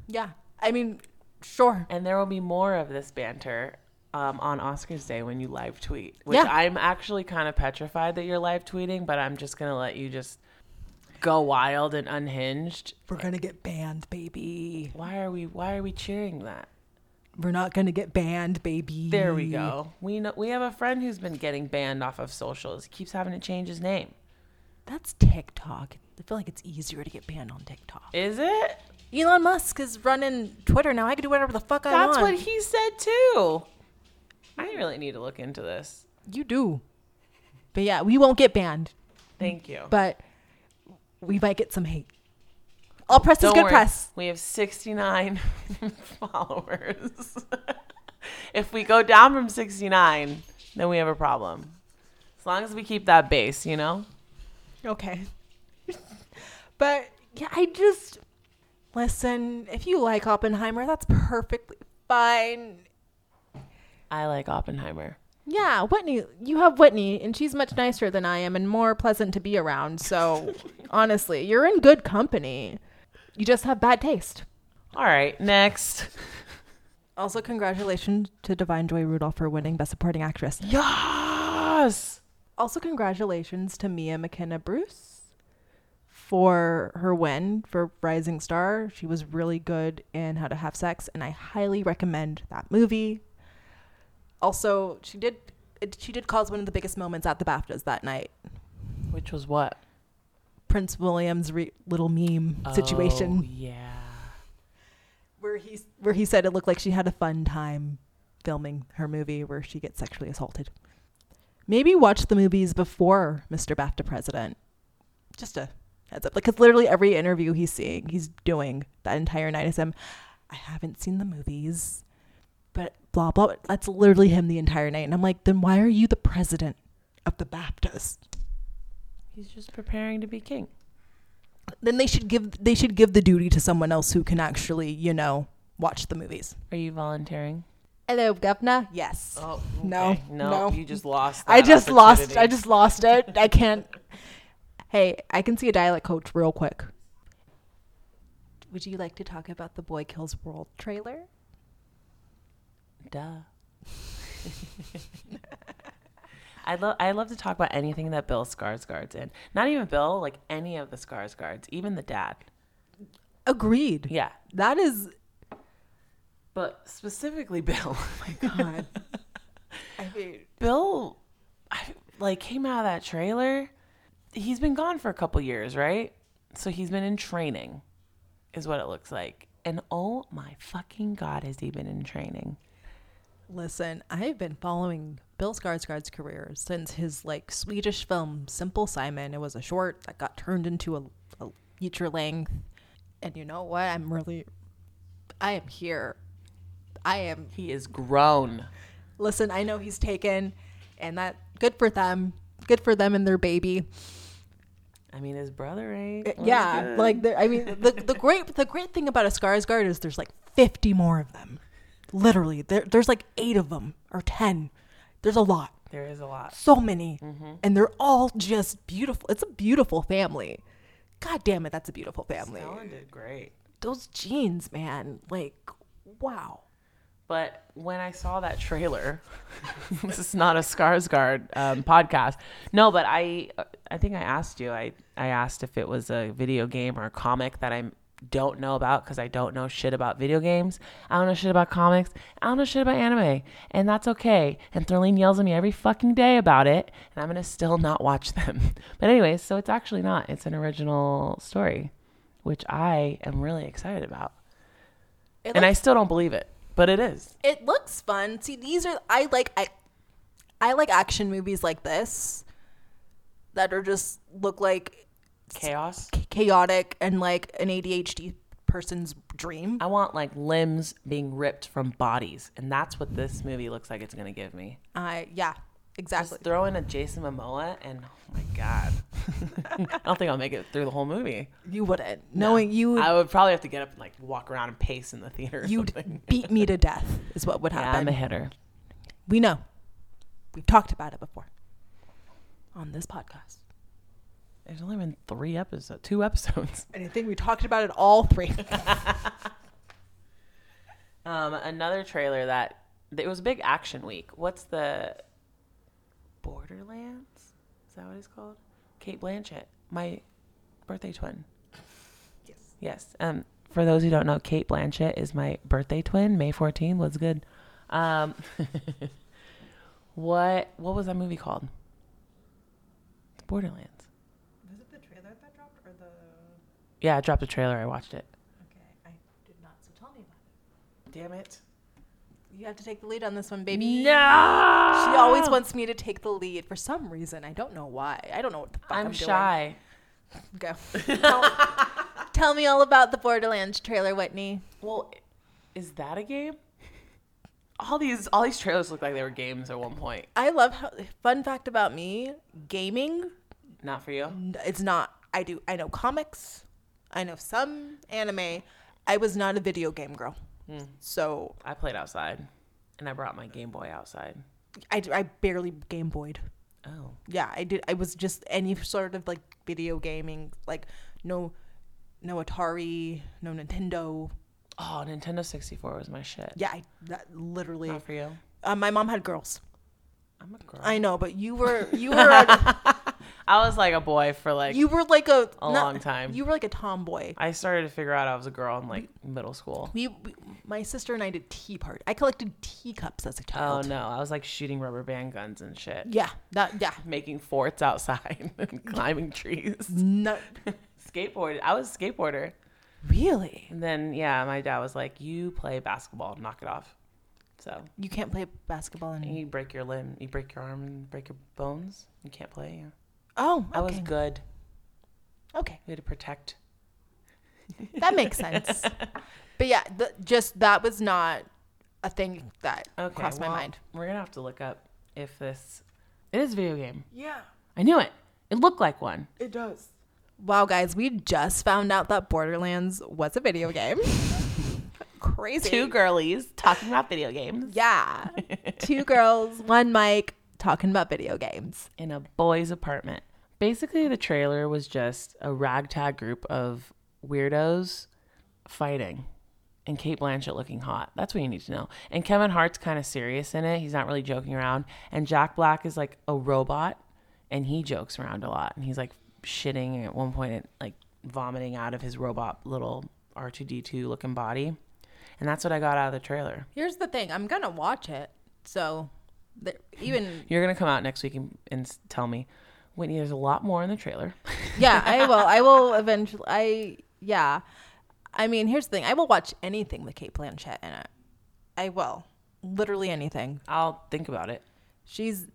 [SPEAKER 1] Yeah. I mean, sure.
[SPEAKER 2] And there will be more of this banter um, on Oscars Day when you live tweet, which
[SPEAKER 1] Yeah.
[SPEAKER 2] I'm actually kind of petrified that you're live tweeting, but I'm just going to let you just go wild and unhinged.
[SPEAKER 1] We're gonna get banned, baby.
[SPEAKER 2] Why are we why are we cheering that?
[SPEAKER 1] We're not gonna get banned, baby.
[SPEAKER 2] There we go. We know we have a friend who's been getting banned off of socials. He keeps having to change his name.
[SPEAKER 1] That's TikTok. I feel like it's easier to get banned on TikTok.
[SPEAKER 2] Is it?
[SPEAKER 1] Elon Musk is running Twitter now. I can do whatever the fuck I want.
[SPEAKER 2] That's what he said too. I really need to look into this.
[SPEAKER 1] you do. But yeah, we won't get banned,
[SPEAKER 2] Thank you.
[SPEAKER 1] but we might get some hate. All press is
[SPEAKER 2] Don't
[SPEAKER 1] good
[SPEAKER 2] worry.
[SPEAKER 1] press.
[SPEAKER 2] We have 69 followers. if we go down from 69, then we have a problem. As long as we keep that base, you know?
[SPEAKER 1] Okay. but yeah, I just listen. If you like Oppenheimer, that's perfectly fine.
[SPEAKER 2] I like Oppenheimer.
[SPEAKER 1] Yeah, Whitney, you have Whitney, and she's much nicer than I am and more pleasant to be around. So honestly, you're in good company. You just have bad taste.
[SPEAKER 2] All right, next.
[SPEAKER 1] Also, congratulations to Divine Joy Rudolph for winning Best Supporting Actress.
[SPEAKER 2] Yes!
[SPEAKER 1] Also, congratulations to Mia McKenna Bruce for her win for Rising Star. She was really good in How to Have Sex, and I highly recommend that movie. Also, she did it, she did cause one of the biggest moments at the BAFTAs that night.
[SPEAKER 2] Which was what?
[SPEAKER 1] Prince William's re- little meme
[SPEAKER 2] Oh,
[SPEAKER 1] situation
[SPEAKER 2] yeah.
[SPEAKER 1] where he where he said it looked like she had a fun time filming her movie where she gets sexually assaulted. Maybe watch the movies before Mr. BAFTA President. Just a heads up, because literally every interview he's seeing, he's doing that entire night is him. I haven't seen the movies, but blah blah. blah." That's literally him the entire night, and I'm like, then why are you the president of the BAFTAs?
[SPEAKER 2] He's just preparing to be king.
[SPEAKER 1] Then they should give they should give the duty to someone else who can actually, you know, watch the movies.
[SPEAKER 2] Are you volunteering?
[SPEAKER 1] Hello, Governor. Yes.
[SPEAKER 2] Oh,
[SPEAKER 1] No,
[SPEAKER 2] okay. No,
[SPEAKER 1] no.
[SPEAKER 2] you just lost.
[SPEAKER 1] I
[SPEAKER 2] that
[SPEAKER 1] just lost. I
[SPEAKER 2] opportunity.
[SPEAKER 1] just lost it. I can't. hey, I can see a dialect coach real quick. Would you like to talk about the Boy Kills World trailer?
[SPEAKER 2] Duh. I love I love to talk about anything that Bill Skarsgård's in. Not even Bill, like any of the Skarsgårds, even the dad.
[SPEAKER 1] Agreed.
[SPEAKER 2] Yeah,
[SPEAKER 1] That is
[SPEAKER 2] but specifically Bill.
[SPEAKER 1] God. I mean,
[SPEAKER 2] Bill, I, like came out of that trailer. He's been gone for a couple years, right? So he's been in training, is what it looks like. And oh my fucking god, has he been in training?
[SPEAKER 1] listen, I've been following Bill Skarsgård's career since his like Swedish film Simple Simon. It was a short that got turned into a, a feature length. And you know what? I'm really, I am here. I am
[SPEAKER 2] He is grown.
[SPEAKER 1] listen, I know he's taken, and that good for them. Good for them and their baby.
[SPEAKER 2] I mean, his brother ain't. What is
[SPEAKER 1] yeah,
[SPEAKER 2] good?
[SPEAKER 1] like they're- I mean, the the great the great thing about a Skarsgård is there's like 50 more of them. Literally, there, there's like eight of them or ten. There's a lot,
[SPEAKER 2] there is a lot.
[SPEAKER 1] so many,
[SPEAKER 2] Mm-hmm.
[SPEAKER 1] and they're all just beautiful. It's a beautiful family. God damn it, that's a beautiful family.
[SPEAKER 2] Ellen did great.
[SPEAKER 1] Those jeans, man, like wow.
[SPEAKER 2] But when I saw that trailer, this is not a Skarsgård um, podcast. No, but I, I think I asked you. I, I asked if it was a video game or a comic that I don't know about because I don't know shit about video games. I don't know shit about comics. I don't know shit about anime, and that's okay. And Thurleen yells at me every fucking day about it, and I'm gonna still not watch them. But anyways, so it's actually not. It's an original story, which I am really excited about,
[SPEAKER 1] It
[SPEAKER 2] and I still don't believe it, but it is.
[SPEAKER 1] it looks fun. See, these are I like I I like action movies like this that are just look like
[SPEAKER 2] chaos.
[SPEAKER 1] chaotic and like an ADHD person's dream.
[SPEAKER 2] I want like limbs being ripped from bodies, and that's what this movie looks like it's gonna give me.
[SPEAKER 1] I yeah, exactly.
[SPEAKER 2] Just throw in a Jason Momoa, and oh my god, I don't think I'll make it through the whole movie.
[SPEAKER 1] you wouldn't. Knowing you would
[SPEAKER 2] I would probably have to get up and like walk around and pace in the theater. Or
[SPEAKER 1] you'd
[SPEAKER 2] something.
[SPEAKER 1] beat me to death is what would
[SPEAKER 2] Yeah, I'm
[SPEAKER 1] happen.
[SPEAKER 2] a hitter.
[SPEAKER 1] we know. We've talked about it before on this podcast.
[SPEAKER 2] There's only been three episodes, two episodes.
[SPEAKER 1] And I think we talked about it all three.
[SPEAKER 2] Um, another trailer that it was a big action week. What's the Borderlands? Is that what it's called? Kate Blanchett, my birthday twin.
[SPEAKER 1] yes.
[SPEAKER 2] Yes. Um, for those who don't know, Kate Blanchett is my birthday twin. May 14th. What's good? Um, what what was that movie called? It's Borderlands.
[SPEAKER 3] Was it the trailer that dropped or the?
[SPEAKER 2] Yeah, I dropped a trailer. I watched it.
[SPEAKER 3] Okay, I did not. So tell me about it.
[SPEAKER 2] Damn it.
[SPEAKER 1] You have to take the lead on this one, baby.
[SPEAKER 2] No.
[SPEAKER 1] She always wants me to take the lead for some reason. I don't know why. I don't know what the fuck I'm,
[SPEAKER 2] I'm shy.
[SPEAKER 1] doing. Go. tell, tell me all about the Borderlands trailer, Whitney.
[SPEAKER 2] Well, is that a game? All these all these trailers look like they were games at one point.
[SPEAKER 1] I love how. Fun fact about me: gaming.
[SPEAKER 2] Not for you.
[SPEAKER 1] n- It's not. I do. I know comics. I know some anime. I was not a video game girl,
[SPEAKER 2] Hmm.
[SPEAKER 1] so
[SPEAKER 2] I played outside, and I brought my Game Boy outside.
[SPEAKER 1] I, I barely Game Boyed.
[SPEAKER 2] Oh,
[SPEAKER 1] yeah i did i was just any sort of like video gaming like no no atari no nintendo
[SPEAKER 2] oh, Nintendo sixty four was my shit.
[SPEAKER 1] yeah i that literally
[SPEAKER 2] Not for you.
[SPEAKER 1] uh, my mom had girls
[SPEAKER 2] I'm a girl. I,
[SPEAKER 1] i know but you were you were a,
[SPEAKER 2] was like a boy for like.
[SPEAKER 1] you were like a,
[SPEAKER 2] A long time.
[SPEAKER 1] you were like a tomboy
[SPEAKER 2] I started to figure out I was a girl in like middle school.
[SPEAKER 1] we, we my sister and i did tea party i collected teacups as a
[SPEAKER 2] Oh
[SPEAKER 1] child
[SPEAKER 2] no, I was like shooting rubber band guns and shit,
[SPEAKER 1] yeah that yeah
[SPEAKER 2] making forts outside and climbing trees.
[SPEAKER 1] no
[SPEAKER 2] Skateboard. I was a skateboarder.
[SPEAKER 1] really
[SPEAKER 2] And then yeah, my dad was like, "You play basketball, knock it off." So
[SPEAKER 1] you can't play basketball anymore
[SPEAKER 2] you break your limb, you break your arm, and break your bones. You can't play. Yeah.
[SPEAKER 1] oh okay.
[SPEAKER 2] I was good.
[SPEAKER 1] okay
[SPEAKER 2] We had to protect.
[SPEAKER 1] That makes sense. but yeah, the, just that was not a thing that
[SPEAKER 2] Okay,
[SPEAKER 1] crossed
[SPEAKER 2] well,
[SPEAKER 1] my mind.
[SPEAKER 2] We're gonna have to look up if this. It is a video game.
[SPEAKER 3] Yeah,
[SPEAKER 2] I knew it. It looked like one.
[SPEAKER 3] it does.
[SPEAKER 1] Wow, guys, we just found out that Borderlands was a video game. Crazy.
[SPEAKER 2] Two girlies talking about video games
[SPEAKER 1] yeah. Two girls, one mic, talking about video games.
[SPEAKER 2] in a boy's apartment. Basically, the trailer was just a ragtag group of weirdos fighting, and Kate Blanchett looking hot. That's what you need to know. And Kevin Hart's kind of serious in it. He's not really joking around. And Jack Black is like a robot, and he jokes around a lot. And he's like shitting at one point, and like vomiting out of his robot little R two D two looking body. And that's what I got out of the trailer.
[SPEAKER 1] Here's the thing I'm going to watch it. So th- even,
[SPEAKER 2] You're gonna come out next week and, and s- tell me, Whitney. There's a lot more in the trailer.
[SPEAKER 1] yeah, I will. I will eventually. I, yeah. I mean, here's the thing I will watch anything with Kate Blanchett in it. I will. Literally anything.
[SPEAKER 2] I'll think about it.
[SPEAKER 1] She's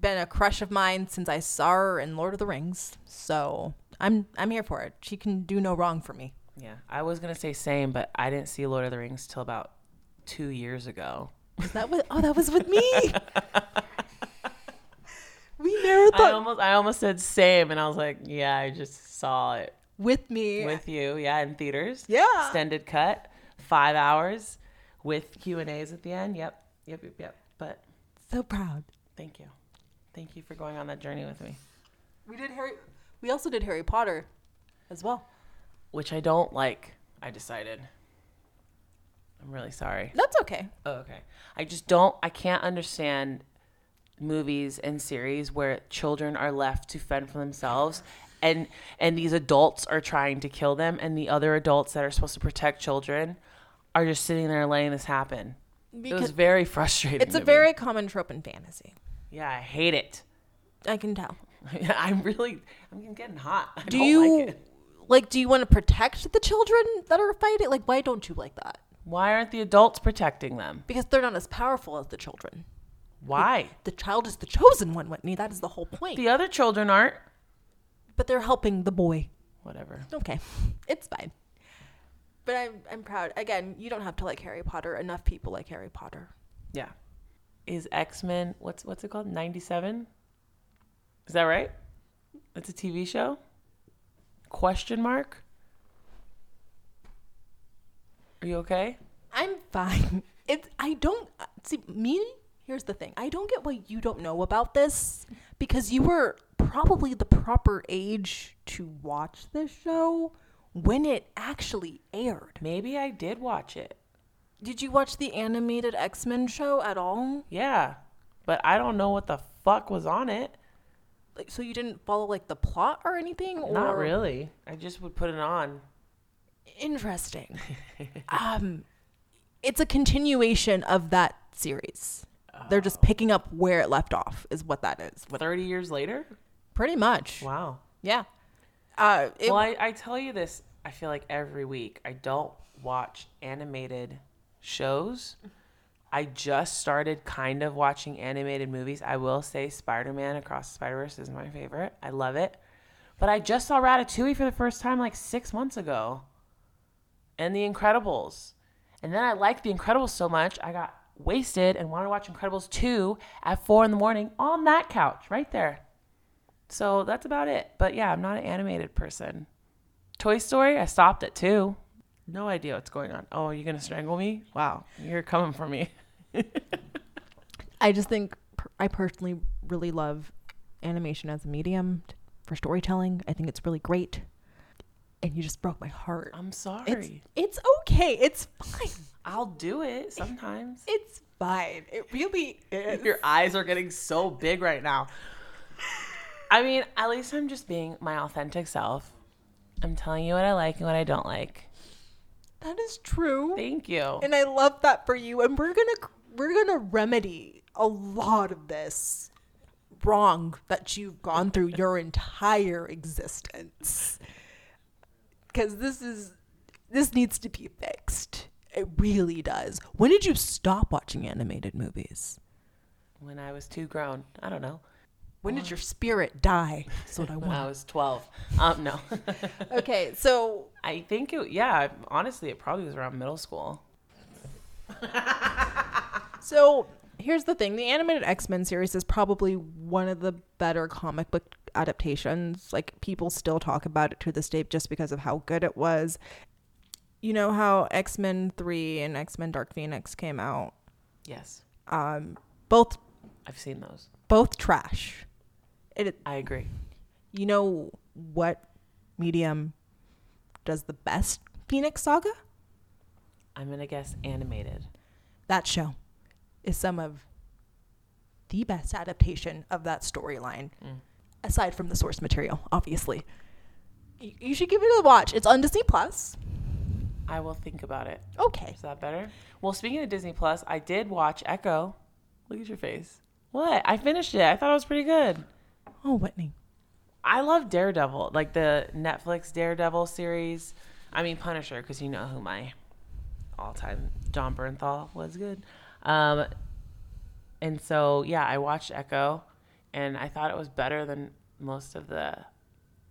[SPEAKER 1] been a crush of mine since I saw her in Lord of the Rings. So I'm I'm here for it. She can do no wrong for me.
[SPEAKER 2] Yeah, I was gonna say same, but I didn't see Lord of the Rings till about two years ago.
[SPEAKER 1] Was that with, oh, that was with me. we marathon
[SPEAKER 2] I almost, I almost said same, and I was like, yeah, I just saw it
[SPEAKER 1] with me.
[SPEAKER 2] with you, yeah, in theaters,
[SPEAKER 1] Yeah.
[SPEAKER 2] extended cut, five hours, with Q and A's at the end. Yep, yep, yep, yep. But
[SPEAKER 1] so proud.
[SPEAKER 2] thank you, thank you for going on that journey with me,
[SPEAKER 1] We did Harry. We also did Harry Potter, as well.
[SPEAKER 2] which I don't like. I decided. I'm really sorry.
[SPEAKER 1] That's okay.
[SPEAKER 2] Oh, okay. I just don't. I can't understand movies and series where children are left to fend for themselves, and and these adults are trying to kill them, and the other adults that are supposed to protect children are just sitting there letting this happen. it was
[SPEAKER 1] Because
[SPEAKER 2] very frustrating.
[SPEAKER 1] it's a
[SPEAKER 2] to me.
[SPEAKER 1] very common trope in fantasy.
[SPEAKER 2] yeah. I hate it.
[SPEAKER 1] I can tell.
[SPEAKER 2] I'm really. I'm getting hot. I
[SPEAKER 1] Do
[SPEAKER 2] not
[SPEAKER 1] you
[SPEAKER 2] like it.
[SPEAKER 1] like? Do you want to protect the children that are fighting? Like, why don't you like that?
[SPEAKER 2] Why aren't the adults protecting them?
[SPEAKER 1] Because they're not as powerful as the children.
[SPEAKER 2] Why?
[SPEAKER 1] the child is the chosen one, Whitney. That is the whole point.
[SPEAKER 2] The other children aren't.
[SPEAKER 1] but they're helping the boy.
[SPEAKER 2] Whatever.
[SPEAKER 1] Okay, it's fine. But I'm I'm proud. Again, you don't have to like Harry Potter. Enough people like Harry Potter.
[SPEAKER 2] Yeah. Is X Men what's what's it called? Ninety seven? Is that right? It's a TV show? Question mark? Are you okay?
[SPEAKER 1] I'm fine. It's I don't see me. Here's the thing. I don't get why you don't know about this because you were probably the proper age to watch this show when it actually aired.
[SPEAKER 2] Maybe I did watch it.
[SPEAKER 1] Did you watch the animated X Men show at all?
[SPEAKER 2] Yeah. But I don't know what the fuck was on it.
[SPEAKER 1] Like, so you didn't follow like the plot or anything?
[SPEAKER 2] Not
[SPEAKER 1] or-
[SPEAKER 2] really. I just would put it on.
[SPEAKER 1] interesting. um, it's a continuation of that series. They're just picking up where it left off, is what that is. What-
[SPEAKER 2] 30 years later?
[SPEAKER 1] Pretty much.
[SPEAKER 2] Wow.
[SPEAKER 1] Yeah. Uh, it-
[SPEAKER 2] well, I, I tell you this, I feel like every week I don't watch animated shows. I just started kind of watching animated movies. I will say Spider Man Across the Spider Verse is my favorite. I love it. But I just saw Ratatouille for the first time like six months ago and The Incredibles. And then I liked The Incredibles so much, I got wasted and wanted to watch Incredibles 2 at four in the morning on that couch right there. So that's about it. But yeah, I'm not an animated person. Toy Story, I stopped at two. No idea what's going on. Oh, you're gonna strangle me? Wow, you're coming for me.
[SPEAKER 1] I just think per- I personally really love animation as a medium t- for storytelling. I think it's really great. And you just broke my heart.
[SPEAKER 2] I'm
[SPEAKER 1] It's,
[SPEAKER 2] sorry.
[SPEAKER 1] it's okay. It's fine.
[SPEAKER 2] I'll do it sometimes.
[SPEAKER 1] It's fine. It really is.
[SPEAKER 2] Your eyes are getting so big right now. I mean, at least I'm just being my authentic self. I'm telling you what I like and what I don't like.
[SPEAKER 1] That is true.
[SPEAKER 2] Thank you.
[SPEAKER 1] and I love that for you. And we're gonna we're gonna remedy a lot of this wrong that you've gone through your entire existence. Because this is this needs to be fixed. It really does. When did you stop watching animated movies?
[SPEAKER 2] When I was too grown, I don't know.
[SPEAKER 1] When did your spirit die? That's what I
[SPEAKER 2] When
[SPEAKER 1] want.
[SPEAKER 2] I was 12. Um, no.
[SPEAKER 1] okay, so
[SPEAKER 2] I think it, yeah, honestly, it probably was around middle school.
[SPEAKER 1] So here's the thing: the animated X Men series is probably one of the better comic book adaptations. Like people still talk about it to this day just because of how good it was. You know how X Men Three and X Men Dark Phoenix came out,
[SPEAKER 2] Yes.
[SPEAKER 1] both
[SPEAKER 2] I've seen those.
[SPEAKER 1] both trash. It,
[SPEAKER 2] I agree.
[SPEAKER 1] you know what medium does the best Phoenix Saga?
[SPEAKER 2] I'm gonna guess animated.
[SPEAKER 1] That show is some of the best adaptation of that storyline, aside from the source material, obviously. Y- You should give it a watch. It's on Disney Plus.
[SPEAKER 2] I will think about it.
[SPEAKER 1] Okay.
[SPEAKER 2] Is that better? Well, speaking of Disney Plus, I did watch Echo. Look at your face. What? I finished it. I thought it was pretty good.
[SPEAKER 1] Oh, Whitney.
[SPEAKER 2] I love Daredevil, like the Netflix Daredevil series. I mean Punisher, because you know who my all-time John Bernthal was good. Um, and so yeah, I watched Echo, and I thought it was better than most of the,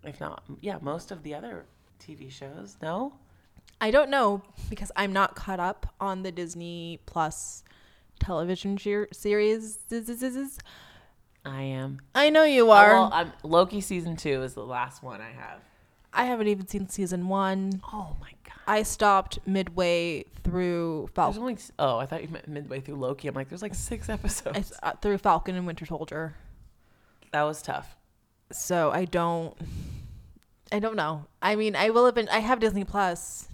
[SPEAKER 2] if not yeah, most of the other TV shows. No,
[SPEAKER 1] I don't know because I'm not caught up on the Disney Plus television jer- series. Zzzzzzz.
[SPEAKER 2] I am.
[SPEAKER 1] I know you
[SPEAKER 2] Oh,
[SPEAKER 1] are.
[SPEAKER 2] well, I'm, Loki season two is the last one I have.
[SPEAKER 1] I haven't even seen season one.
[SPEAKER 2] Oh my god.
[SPEAKER 1] I stopped midway through
[SPEAKER 2] There's
[SPEAKER 1] Falcon.
[SPEAKER 2] only s- oh I thought you meant midway through Loki. I'm like there's like six episodes.
[SPEAKER 1] I s- uh, through Falcon and Winter Soldier.
[SPEAKER 2] that was tough.
[SPEAKER 1] so I don't I don't know. I mean, I will have been I have Disney Plus.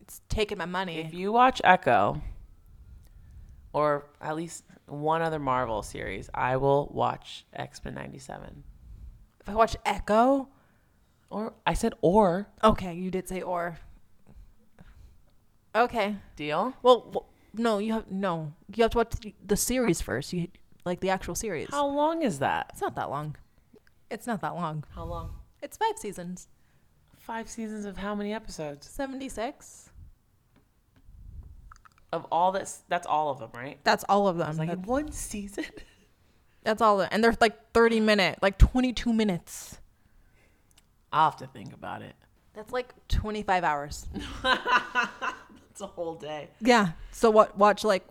[SPEAKER 1] It's taken my
[SPEAKER 2] If
[SPEAKER 1] money.
[SPEAKER 2] you watch Echo, or at least one other Marvel series, I will watch X Men '97.
[SPEAKER 1] If I watch Echo,
[SPEAKER 2] Or I said or
[SPEAKER 1] okay, you did say or. Okay.
[SPEAKER 2] deal.
[SPEAKER 1] Well, w- no, you have no. You have to watch the- the series first. You like the actual series.
[SPEAKER 2] How long is that?
[SPEAKER 1] It's not that long. It's not that long.
[SPEAKER 2] How long?
[SPEAKER 1] It's 5 seasons.
[SPEAKER 2] Five seasons of how many episodes?
[SPEAKER 1] 76.
[SPEAKER 2] Of all this, that's all of them, right?
[SPEAKER 1] That's all of
[SPEAKER 2] I
[SPEAKER 1] them.
[SPEAKER 2] was like
[SPEAKER 1] That-
[SPEAKER 2] in one season.
[SPEAKER 1] That's all. And they're like 30 minute, like 22 minutes.
[SPEAKER 2] I'll have to think about it.
[SPEAKER 1] That's like 25 hours.
[SPEAKER 2] It's a whole day.
[SPEAKER 1] Yeah. So what? Watch like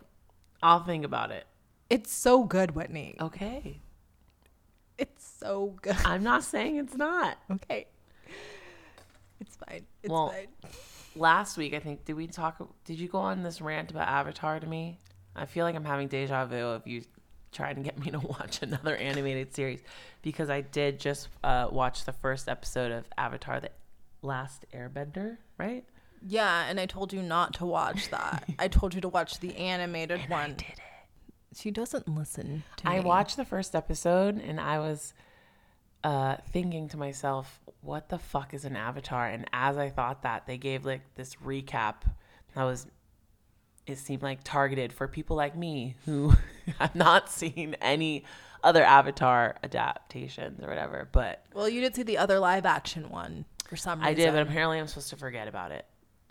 [SPEAKER 2] I'll think about it.
[SPEAKER 1] it's so good, Whitney.
[SPEAKER 2] Okay.
[SPEAKER 1] It's so good.
[SPEAKER 2] I'm not saying it's not.
[SPEAKER 1] Okay. It's fine. It's
[SPEAKER 2] Well-
[SPEAKER 1] fine.
[SPEAKER 2] last week i think did we talk did you go on this rant about avatar to me i feel like i'm having deja vu of you trying to get me to watch another animated series because i did just uh, watch the first episode of avatar the last airbender right
[SPEAKER 1] Yeah, and I told you not to watch that. I told you to watch the animated one. I did it. She doesn't listen to
[SPEAKER 2] i
[SPEAKER 1] me.
[SPEAKER 2] watched the first episode and i was uh, thinking to myself, what the fuck is an avatar? And as I thought that, they gave like this recap that was, it seemed like targeted for people like me who have not seen any other avatar adaptations or whatever. But
[SPEAKER 1] Well, you did see the other live action one for some reason.
[SPEAKER 2] I did, but apparently I'm supposed to forget about it.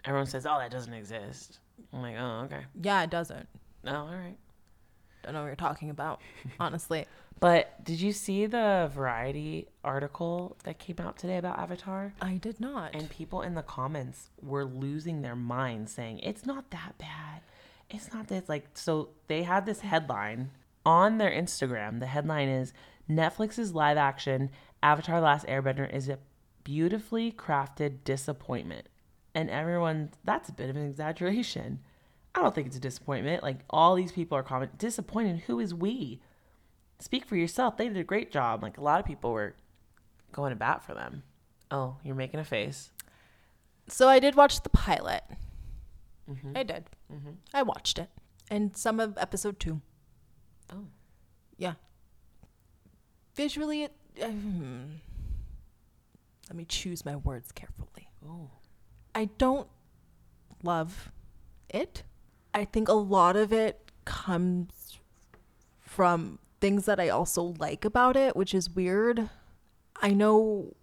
[SPEAKER 2] Everyone says, oh, that doesn't exist. I'm like, oh, okay.
[SPEAKER 1] yeah, it doesn't.
[SPEAKER 2] Oh, all right.
[SPEAKER 1] Don't know what you're talking about, honestly.
[SPEAKER 2] But did you see the Variety article that came out today about Avatar?
[SPEAKER 1] I did not.
[SPEAKER 2] And people in the comments were losing their minds saying, it's not that bad. It's not this. Like, so they had this headline on their Instagram. The headline is Netflix's live action Avatar Last Airbender is a beautifully crafted disappointment. And everyone, that's a bit of an exaggeration. I don't think it's a disappointment. Like, all these people are commenting, disappointed. Who is we? Speak for yourself. They did a great job. Like, a lot of people were going to bat for them. Oh, you're making a face.
[SPEAKER 1] so I did watch the pilot.
[SPEAKER 2] Mm-hmm.
[SPEAKER 1] I did. I watched it. And some of episode two.
[SPEAKER 2] Oh.
[SPEAKER 1] Yeah. Visually, it. hmm. let me choose my words carefully.
[SPEAKER 2] Oh.
[SPEAKER 1] I don't love it. I think a lot of it comes from things that I also like about it, which is weird. I know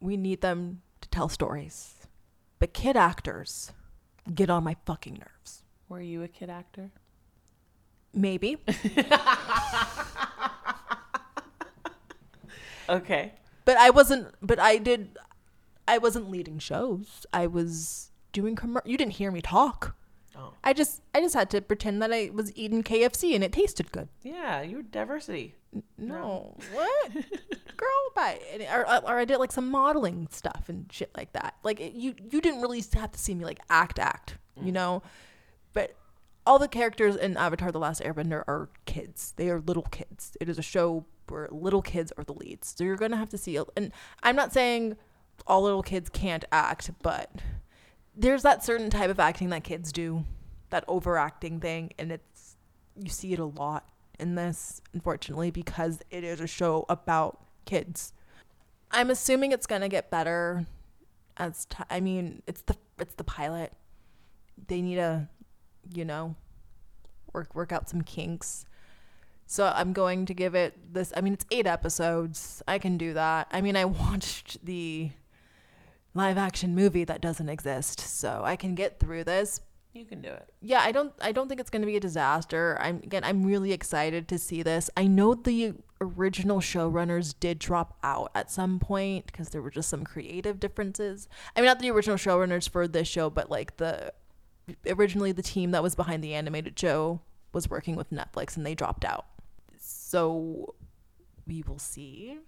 [SPEAKER 1] we need them to tell stories, but kid actors get on my fucking nerves.
[SPEAKER 2] Were you a kid actor?
[SPEAKER 1] Maybe.
[SPEAKER 2] Okay.
[SPEAKER 1] but I wasn't. But I did. I wasn't leading shows. I was doing commercial. You didn't hear me talk.
[SPEAKER 2] Oh.
[SPEAKER 1] I just, I just had to pretend that I was eating KFC and it tasted good.
[SPEAKER 2] Yeah, you were diversity.
[SPEAKER 1] No, what, girl? Bye. And, or, uh, or I did like some modeling stuff and shit like that. Like it, you, you didn't really have to see me like act, act. You know, but all the characters in Avatar: The Last Airbender are kids. They are little kids. It is a show where little kids are the leads. So you're gonna have to see. And I'm not saying all little kids can't act, but there's that certain type of acting that kids do, that overacting thing, and it's you see it a lot in this, unfortunately, because it is a show about kids. I'm assuming it's gonna get better as t- I mean, it's the it's the pilot. They need to, you know, work work out some kinks. So I'm going to give it this. I mean, it's eight episodes. I can do that. I mean, I watched the live action movie that doesn't exist, so I can get through this
[SPEAKER 2] You can do it.
[SPEAKER 1] yeah i don't i don't think it's going to be a disaster i'm again i'm really excited to see this i know the original showrunners did drop out at some point because there were just some creative differences i mean not the original showrunners for this show but like the originally the team that was behind the animated show was working with netflix and they dropped out so we will see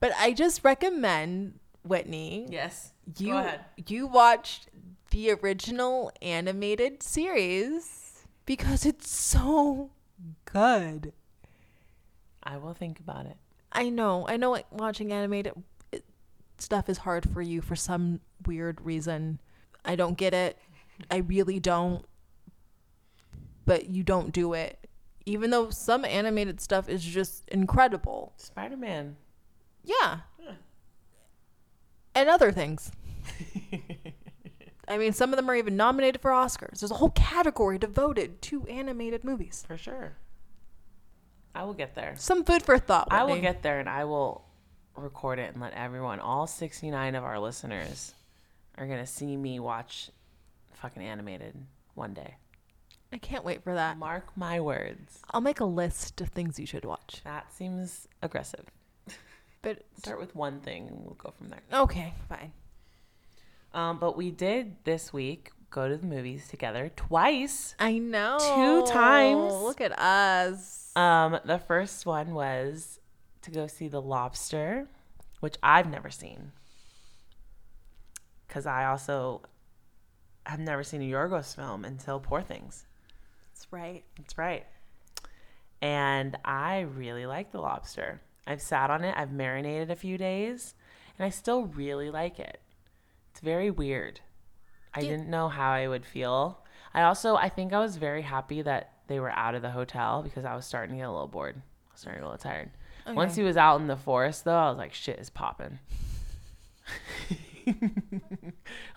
[SPEAKER 1] but i just recommend whitney
[SPEAKER 2] Yes.
[SPEAKER 1] you
[SPEAKER 2] ahead.
[SPEAKER 1] you watched the original animated series because it's so good.
[SPEAKER 2] I will think about it.
[SPEAKER 1] I know. I know like, watching animated it, stuff is hard for you for some weird reason. I don't get it. I really don't. But you don't do it. Even though some animated stuff is just incredible.
[SPEAKER 2] Spider Man.
[SPEAKER 1] Yeah. And other things. I mean, some of them are even nominated for Oscars. There's a whole category devoted to animated movies.
[SPEAKER 2] For sure. I will get there.
[SPEAKER 1] Some food for thought.
[SPEAKER 2] I will
[SPEAKER 1] Whitney.
[SPEAKER 2] get there and I will record it and let everyone, all 69 of our listeners, are going to see me watch fucking animated one day.
[SPEAKER 1] I can't wait for that.
[SPEAKER 2] Mark my words.
[SPEAKER 1] I'll make a list of things you should watch.
[SPEAKER 2] That seems aggressive.
[SPEAKER 1] But
[SPEAKER 2] Start with one thing and we'll go from there.
[SPEAKER 1] okay, fine.
[SPEAKER 2] Um, but we did this week go to the movies together twice.
[SPEAKER 1] I know.
[SPEAKER 2] Two times.
[SPEAKER 1] Look at us.
[SPEAKER 2] Um, the first one was to go see The Lobster, which I've never seen. Because I also have never seen a Yorgos film until Poor Things.
[SPEAKER 1] That's right.
[SPEAKER 2] That's right. And I really like the lobster. I've sat on it, I've marinated a few days, and I still really like it. It's very weird. I didn't know how I would feel. I also I think I was very happy that they were out of the hotel because I was starting to get a little bored. I was starting to get a little tired. Once
[SPEAKER 1] Okay.
[SPEAKER 2] he was out in the forest, though, I was like, shit is popping. I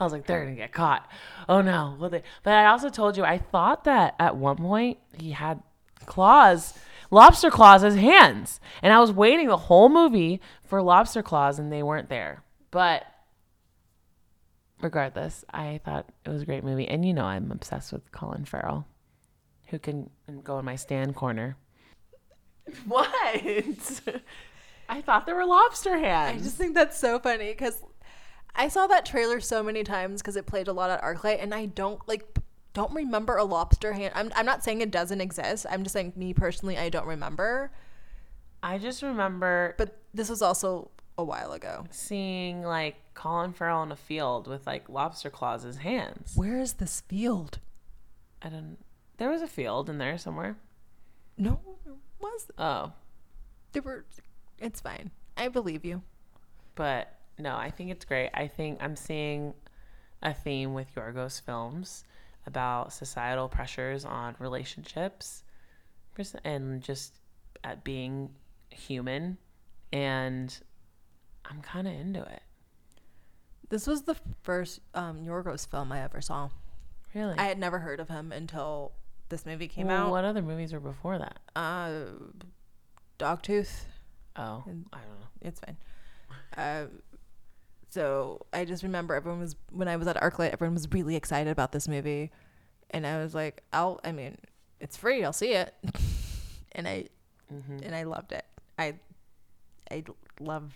[SPEAKER 2] was like, they're gonna get caught. Oh no! Will they? But I also told you I thought that at one point he had claws, lobster claws as hands, and I was waiting the whole movie for lobster claws, and they weren't there. But regardless, I thought it was a great movie, and you know I'm obsessed with Colin Farrell, who can go in my stand corner. What? I thought there were lobster
[SPEAKER 1] I
[SPEAKER 2] hands.
[SPEAKER 1] just think that's so funny because I saw that trailer so many times because it played a lot at ArcLight, and I don't like don't remember a lobster hand. I'm I'm not saying it doesn't exist. I'm just saying me personally, I don't remember.
[SPEAKER 2] I just remember
[SPEAKER 1] But this was also a while ago.
[SPEAKER 2] seeing like Colin Farrell in a field with like lobster claws as hands.
[SPEAKER 1] Where is this field?
[SPEAKER 2] I don't. There was a field in there somewhere.
[SPEAKER 1] No, there was
[SPEAKER 2] Oh,
[SPEAKER 1] there were. It's fine. I believe you.
[SPEAKER 2] but no, I think it's great. I think I'm seeing a theme with Yorgos films about societal pressures on relationships pers- and just at being human, and I'm kind of into it.
[SPEAKER 1] This was the first um, Yorgos film I ever saw.
[SPEAKER 2] Really.
[SPEAKER 1] I had never heard of him until this movie came
[SPEAKER 2] Well,
[SPEAKER 1] out.
[SPEAKER 2] What other movies were before that?
[SPEAKER 1] Uh, Dogtooth.
[SPEAKER 2] Oh,
[SPEAKER 1] And-
[SPEAKER 2] I don't know.
[SPEAKER 1] it's fine. Uh, so I just remember everyone was when I was at ArcLight, everyone was really excited about this movie, and I was like, "I'll, I mean, it's free, I'll see it," and I
[SPEAKER 2] Mm-hmm. Mm.
[SPEAKER 1] and I loved it. I I loved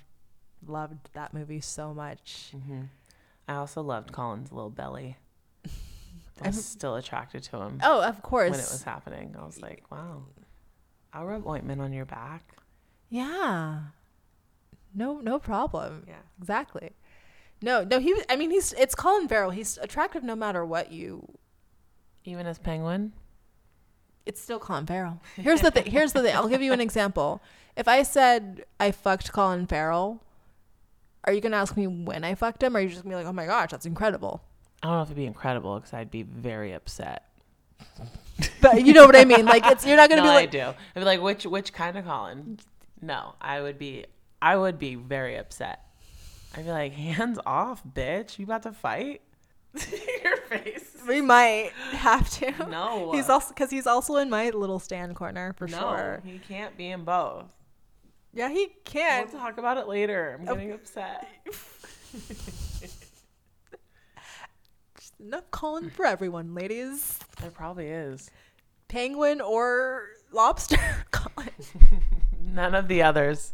[SPEAKER 1] loved that movie so
[SPEAKER 2] Mm.
[SPEAKER 1] much.
[SPEAKER 2] Mm-hmm. I also loved Colin's little belly. I was still attracted to him
[SPEAKER 1] Oh, of course.
[SPEAKER 2] when it was happening. I was like, wow. I'll rub ointment on your back.
[SPEAKER 1] Yeah. No, no problem.
[SPEAKER 2] Yeah.
[SPEAKER 1] Exactly. No, no, he was. I mean, he's. It's Colin Farrell. He's attractive no matter what you
[SPEAKER 2] Even as penguin.
[SPEAKER 1] it's still Colin Farrell. Here's the thing. Here's the thing. I'll give you an example. If I said I fucked Colin Farrell, are you gonna ask me when I fucked him? Or are you just gonna be like, oh my gosh, that's incredible?
[SPEAKER 2] I don't know if it'd be incredible because I'd be very upset.
[SPEAKER 1] But you know what I mean. Like it's you're not gonna
[SPEAKER 2] no,
[SPEAKER 1] be
[SPEAKER 2] I
[SPEAKER 1] like
[SPEAKER 2] do. I'd be like, which which kind of Colin? No, I would be I would be very upset. I'd be like, hands off, bitch. You about to fight? your face.
[SPEAKER 1] we might have to.
[SPEAKER 2] No.
[SPEAKER 1] he's also because he's also in my little stand corner for
[SPEAKER 2] No,
[SPEAKER 1] sure.
[SPEAKER 2] he can't be in both.
[SPEAKER 1] Yeah, he
[SPEAKER 2] We'll
[SPEAKER 1] can.
[SPEAKER 2] talk about it later. I'm getting upset.
[SPEAKER 1] Enough Colin for everyone, ladies.
[SPEAKER 2] There probably is.
[SPEAKER 1] Penguin or lobster, Colin.
[SPEAKER 2] None of the others.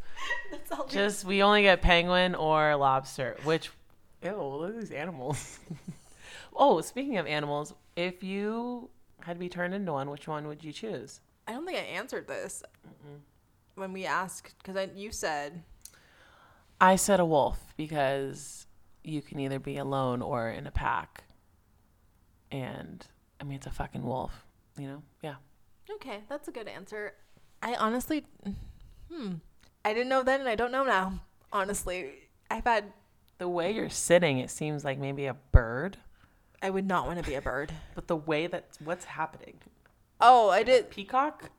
[SPEAKER 1] That's all we-
[SPEAKER 2] Just we only get penguin or lobster, which ew, look at these animals. oh, speaking of animals, if you had to be turned into one, which one would you choose?
[SPEAKER 1] I don't think I answered this when we asked because you said
[SPEAKER 2] I said a wolf because you can either be alone or in a pack. And I mean it's a fucking wolf, you know? Yeah.
[SPEAKER 1] Okay, that's a good answer. I honestly, hmm, I didn't know then, and I don't know now. Honestly, I've had.
[SPEAKER 2] The way you're sitting, it seems like maybe a bird,
[SPEAKER 1] I would not want to be a bird.
[SPEAKER 2] but the way that what's happening?
[SPEAKER 1] Oh, I did.
[SPEAKER 2] Peacock?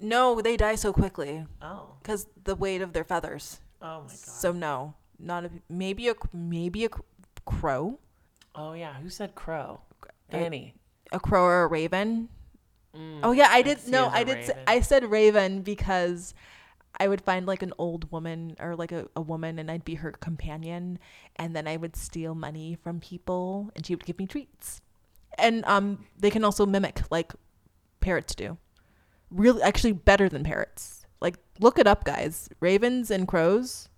[SPEAKER 1] No, they die so quickly
[SPEAKER 2] Oh.
[SPEAKER 1] because the weight of their feathers.
[SPEAKER 2] Oh my god.
[SPEAKER 1] So no, not a maybe a maybe a crow,
[SPEAKER 2] Oh yeah, who said crow?
[SPEAKER 1] I-
[SPEAKER 2] Annie.
[SPEAKER 1] a crow or a raven. oh
[SPEAKER 2] Mm-hmm.
[SPEAKER 1] yeah, I did.
[SPEAKER 2] see
[SPEAKER 1] No,
[SPEAKER 2] as a
[SPEAKER 1] I did. Say,
[SPEAKER 2] raven.
[SPEAKER 1] I said raven because I would find like an old woman or like a, a woman, and I'd be her companion, and then I would steal money from people, and she would give me treats. And um, they can also mimic like parrots do. Really, actually, better than parrots. Like, look it up, guys. Ravens and crows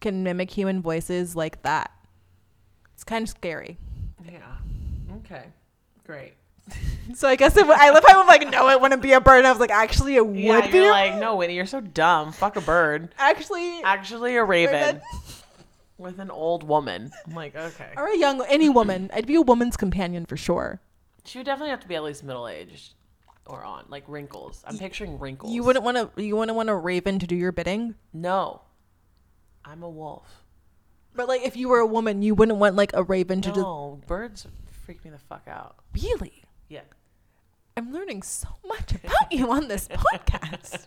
[SPEAKER 1] can mimic human voices like that. It's kind of scary.
[SPEAKER 2] Yeah. Okay. Great.
[SPEAKER 1] So I guess it, wa- I love how I'm like, no, it wouldn't be a bird. I was like, actually, it would
[SPEAKER 2] Yeah,
[SPEAKER 1] be.
[SPEAKER 2] you're
[SPEAKER 1] a-
[SPEAKER 2] like, no, Winnie, you're so dumb. Fuck a bird.
[SPEAKER 1] actually,
[SPEAKER 2] Actually, a raven
[SPEAKER 1] Raven.
[SPEAKER 2] with an old woman. I'm like, okay.
[SPEAKER 1] or a young any woman, I'd be a woman's companion for sure.
[SPEAKER 2] She would definitely have to be at least middle aged or on, like wrinkles. I'm picturing wrinkles.
[SPEAKER 1] You wouldn't want to. You wouldn't want a raven to do your bidding.
[SPEAKER 2] No. I'm a wolf.
[SPEAKER 1] But like, if you were a woman, you wouldn't want like a raven to do.
[SPEAKER 2] No, birds freak me the fuck out.
[SPEAKER 1] Really,
[SPEAKER 2] Yeah.
[SPEAKER 1] I'm learning so much about you on this podcast.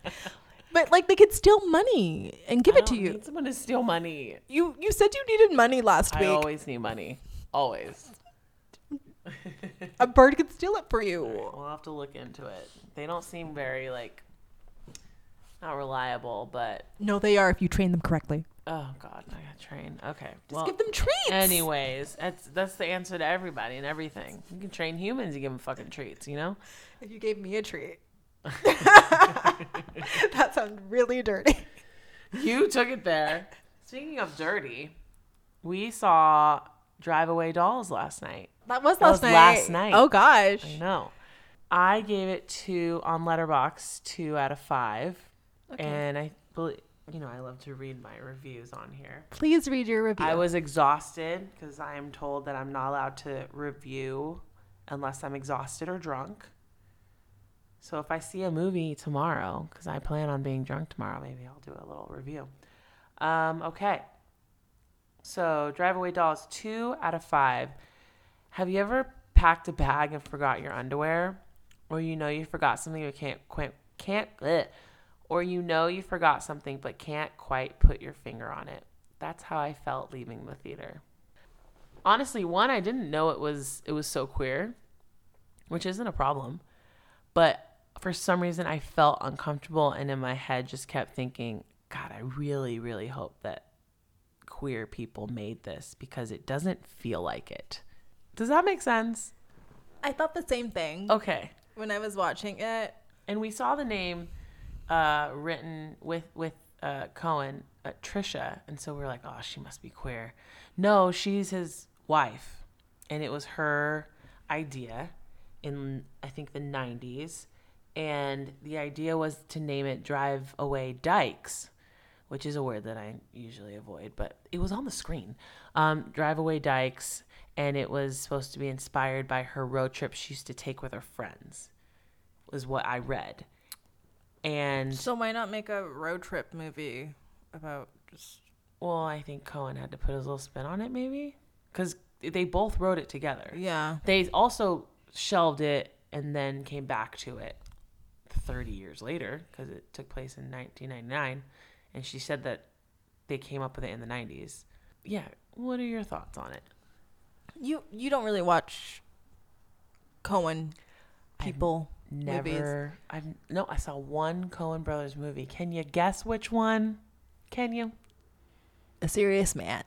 [SPEAKER 1] But like they could steal money and give
[SPEAKER 2] I
[SPEAKER 1] it to
[SPEAKER 2] don't
[SPEAKER 1] you.
[SPEAKER 2] Need someone to steal money.
[SPEAKER 1] you you said you needed money last
[SPEAKER 2] I
[SPEAKER 1] week.
[SPEAKER 2] always need money. Always.
[SPEAKER 1] A bird could steal it for
[SPEAKER 2] All right,
[SPEAKER 1] you.
[SPEAKER 2] we'll have to look into it. They don't seem very like not reliable, but
[SPEAKER 1] No, they are if you train them correctly.
[SPEAKER 2] oh god, I got trained. Okay,
[SPEAKER 1] Just
[SPEAKER 2] well,
[SPEAKER 1] give them treats.
[SPEAKER 2] anyways, that's that's the answer to everybody and everything. You can train humans, you give them fucking treats, you know.
[SPEAKER 1] If you gave me a treat. that sounds really dirty.
[SPEAKER 2] You took it there. Speaking of dirty, we saw Drive Away Dolls last night.
[SPEAKER 1] That was
[SPEAKER 2] That
[SPEAKER 1] last
[SPEAKER 2] was
[SPEAKER 1] night.
[SPEAKER 2] last night.
[SPEAKER 1] Oh gosh.
[SPEAKER 2] I know. I gave it two on Letterbox two out of five, and I believe you know I love to read my reviews on here.
[SPEAKER 1] Please read your review.
[SPEAKER 2] I was exhausted because I am told that I'm not allowed to review unless I'm exhausted or drunk. So if I see a movie tomorrow, because I plan on being drunk tomorrow, maybe I'll do a little review. Um, okay. So Drive Away Dolls, two out of five. Have you ever packed a bag and forgot your underwear? Or you know you forgot something but can't quite, can't bleh. or you know you forgot something but can't quite put your finger on it. That's how I felt leaving the theater. Honestly, one I didn't know it was it was so queer, which isn't a problem, but for some reason I felt uncomfortable and in my head just kept thinking, god, I really really hope that queer people made this because it doesn't feel like it. Does that make sense?
[SPEAKER 1] I thought the same thing
[SPEAKER 2] Okay.
[SPEAKER 1] when I was watching it.
[SPEAKER 2] And we saw the name uh, written with with uh, Cohen, uh, Trisha, and so we are like, oh, she must be queer. No, she's his wife, and it was her idea in I think the '90s, and the idea was to name it "Drive Away Dykes." Which is a word that I usually avoid, but it was on the screen. Um, Drive Away Dykes, and it was supposed to be inspired by her road trip she used to take with her friends was what I read. And
[SPEAKER 1] So why not make a road trip movie about just
[SPEAKER 2] well, I think Cohen had to put his little spin on it, maybe, because they both wrote it together.
[SPEAKER 1] yeah.
[SPEAKER 2] They also shelved it and then came back to it 30 years later because it took place in 1999. And she said that they came up with it in the 90s. Yeah. What are your thoughts on it?
[SPEAKER 1] You you don't really watch Cohen people movies.
[SPEAKER 2] Never. I've no. I saw one Cohen Brothers movie. Can you guess which one? Can you?
[SPEAKER 1] A serious man.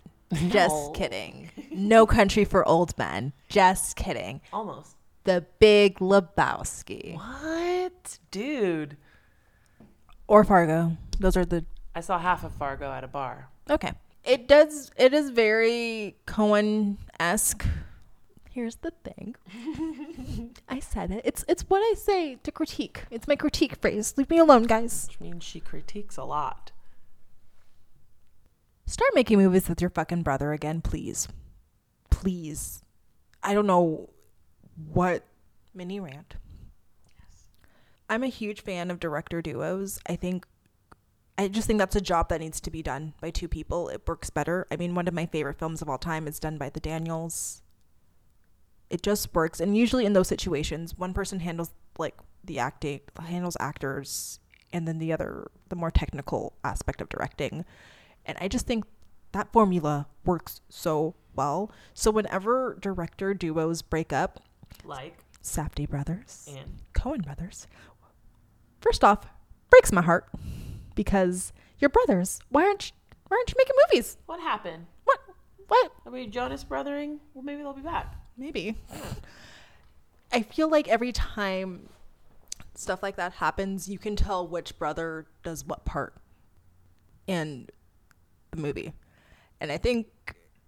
[SPEAKER 1] Just
[SPEAKER 2] No.
[SPEAKER 1] kidding. No country for old men. Just kidding.
[SPEAKER 2] Almost.
[SPEAKER 1] The Big Lebowski
[SPEAKER 2] What, dude?
[SPEAKER 1] or Fargo. Those are the
[SPEAKER 2] I saw half of Fargo at a bar.
[SPEAKER 1] Okay. It does. It is very Cohen esque. Here's the thing. I said it. It's it's what I say to critique. It's my critique phrase. Leave me alone, guys.
[SPEAKER 2] Which means she critiques a lot.
[SPEAKER 1] Start making movies with your fucking brother again, please. Please. I don't know what mini rant. I'm a huge fan of director duos. I think I just think that's a job that needs to be done by two people. It works better. I mean, one of my favorite films of all time is done by the Daniels. It just works. And usually in those situations, one person handles like the acting, handles actors, and then the other the more technical aspect of directing. And I just think that formula works so well. So whenever director duos break up,
[SPEAKER 2] Like
[SPEAKER 1] Safdie brothers,
[SPEAKER 2] and
[SPEAKER 1] Cohen brothers. First off, breaks my heart because you're brothers. Why aren't you, why aren't you making movies?
[SPEAKER 2] what happened?
[SPEAKER 1] What? What?
[SPEAKER 2] Are we Jonas brothering? Well, maybe they'll be back.
[SPEAKER 1] Maybe. I feel like every time stuff like that happens, you can tell which brother does what part in the movie. And I think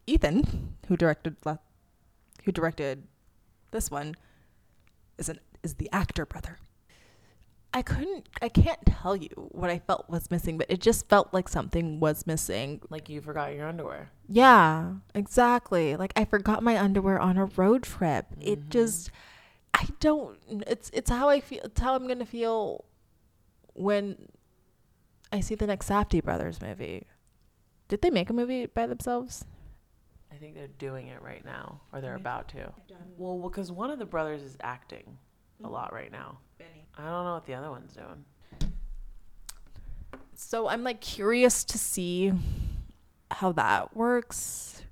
[SPEAKER 1] Ethan, who directed la- who directed this one, is an is the actor brother. I couldn't I can't tell you what I felt was missing, but it just felt like something was missing.
[SPEAKER 2] Like you forgot your underwear.
[SPEAKER 1] Yeah, exactly. Like I forgot my underwear on a road trip. It just I don't it's it's how I feel it's how I'm going to feel when I see the next Safdie Brothers movie. Did they make a movie by themselves?
[SPEAKER 2] I think they're doing it right now, or they're about to. Well, because one of the brothers is
[SPEAKER 1] Mm-hmm.
[SPEAKER 2] acting a lot right now. I don't know what the other one's doing.
[SPEAKER 1] So I'm like curious to see how that works.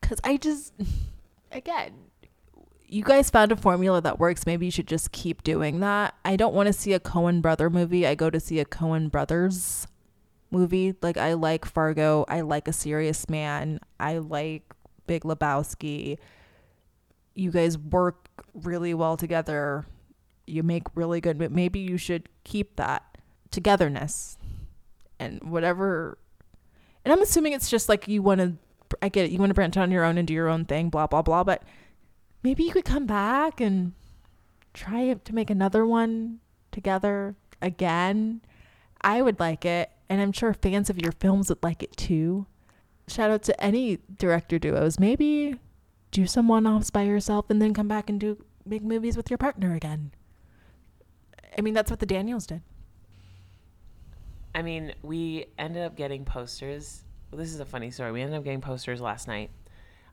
[SPEAKER 1] Cause I just, again, you guys found a formula that works. Maybe you should just keep doing that. I don't want to see a Cohen brother movie. I go to see a Cohen brothers movie. Like I like Fargo. I like A Serious Man. I like Big Lebowski. You guys work really well together. You make really good. But maybe you should keep that togetherness and whatever. And I'm assuming it's just like you want to. I get it. You want to branch on your own and do your own thing. Blah blah blah. But maybe you could come back and try to make another one together again. I would like it, and I'm sure fans of your films would like it too. Shout out to any director duos. Maybe do some one-offs by yourself and then come back and do make movies with your partner again. I mean, that's what the Daniels did.
[SPEAKER 2] I mean, we ended up getting posters. Well, this is a funny story. We ended up getting posters last night.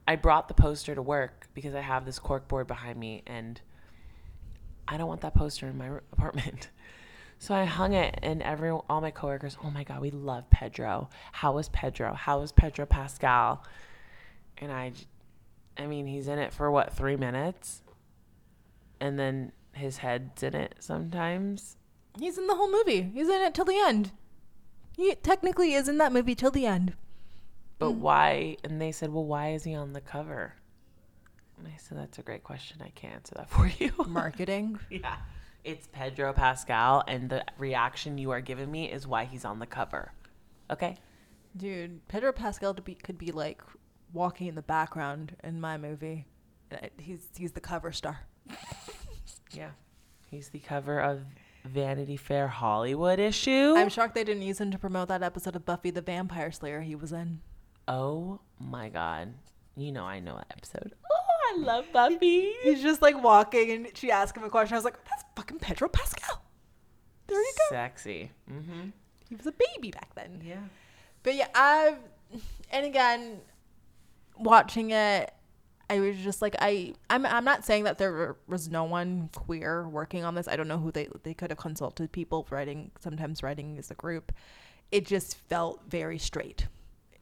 [SPEAKER 2] I brought the poster to work because I have this cork board behind me and I don't want that poster in my r- apartment. So I hung it and every all my coworkers, "Oh my god, we love Pedro. How is Pedro? How is Pedro Pascal?" And I j- I mean, he's in it for what, 3 minutes? And then his head's in it sometimes.
[SPEAKER 1] He's in the whole movie. He's in it till the end. He technically is in that movie till the end.
[SPEAKER 2] but
[SPEAKER 1] Mm.
[SPEAKER 2] why? And they said, well, why is he on the cover? And I said, that's a great question. I can't answer that for you.
[SPEAKER 1] Marketing.
[SPEAKER 2] yeah. It's Pedro Pascal, and the reaction you are giving me is why he's on the cover. Okay.
[SPEAKER 1] Dude, Pedro Pascal to be, could be like walking in the background in my movie. Uh, He's he's the cover star.
[SPEAKER 2] Yeah. He's the cover of Vanity Fair Hollywood issue.
[SPEAKER 1] I'm shocked they didn't use him to promote that episode of Buffy the Vampire Slayer he was in.
[SPEAKER 2] oh my God. You know, I know that episode. Oh, I love Buffy.
[SPEAKER 1] He's just like walking and she asked him a question. I was like, that's fucking Pedro Pascal. There you go.
[SPEAKER 2] Sexy. Mm-hmm.
[SPEAKER 1] He was a baby back then.
[SPEAKER 2] Yeah.
[SPEAKER 1] But yeah, I and again, watching it, I was just like, I I'm I'm not saying that there was no one queer working on this. I don't know who they they could have consulted people writing. Sometimes writing is a group. It just felt very straight.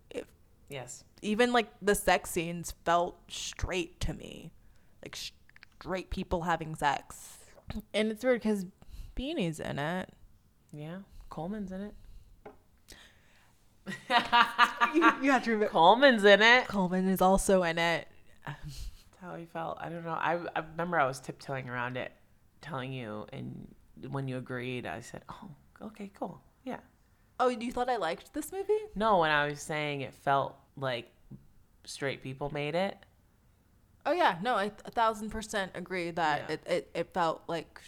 [SPEAKER 1] It,
[SPEAKER 2] Yes.
[SPEAKER 1] even like the sex scenes felt straight to me, like straight people having sex. And it's weird because Beanie's in it.
[SPEAKER 2] Yeah. Coleman's in it.
[SPEAKER 1] you, you have to remember
[SPEAKER 2] Coleman's in it.
[SPEAKER 1] Coleman is also in it.
[SPEAKER 2] That's how I felt. I don't know. I, I remember I was tiptoeing around it, telling you, and when you agreed, I said, "Oh, okay, cool, yeah."
[SPEAKER 1] Oh, you thought I liked this movie?
[SPEAKER 2] No, when I was saying it felt like straight people made it.
[SPEAKER 1] Oh yeah, no, I a thousand percent agree that
[SPEAKER 2] Yeah.
[SPEAKER 1] it, it it felt like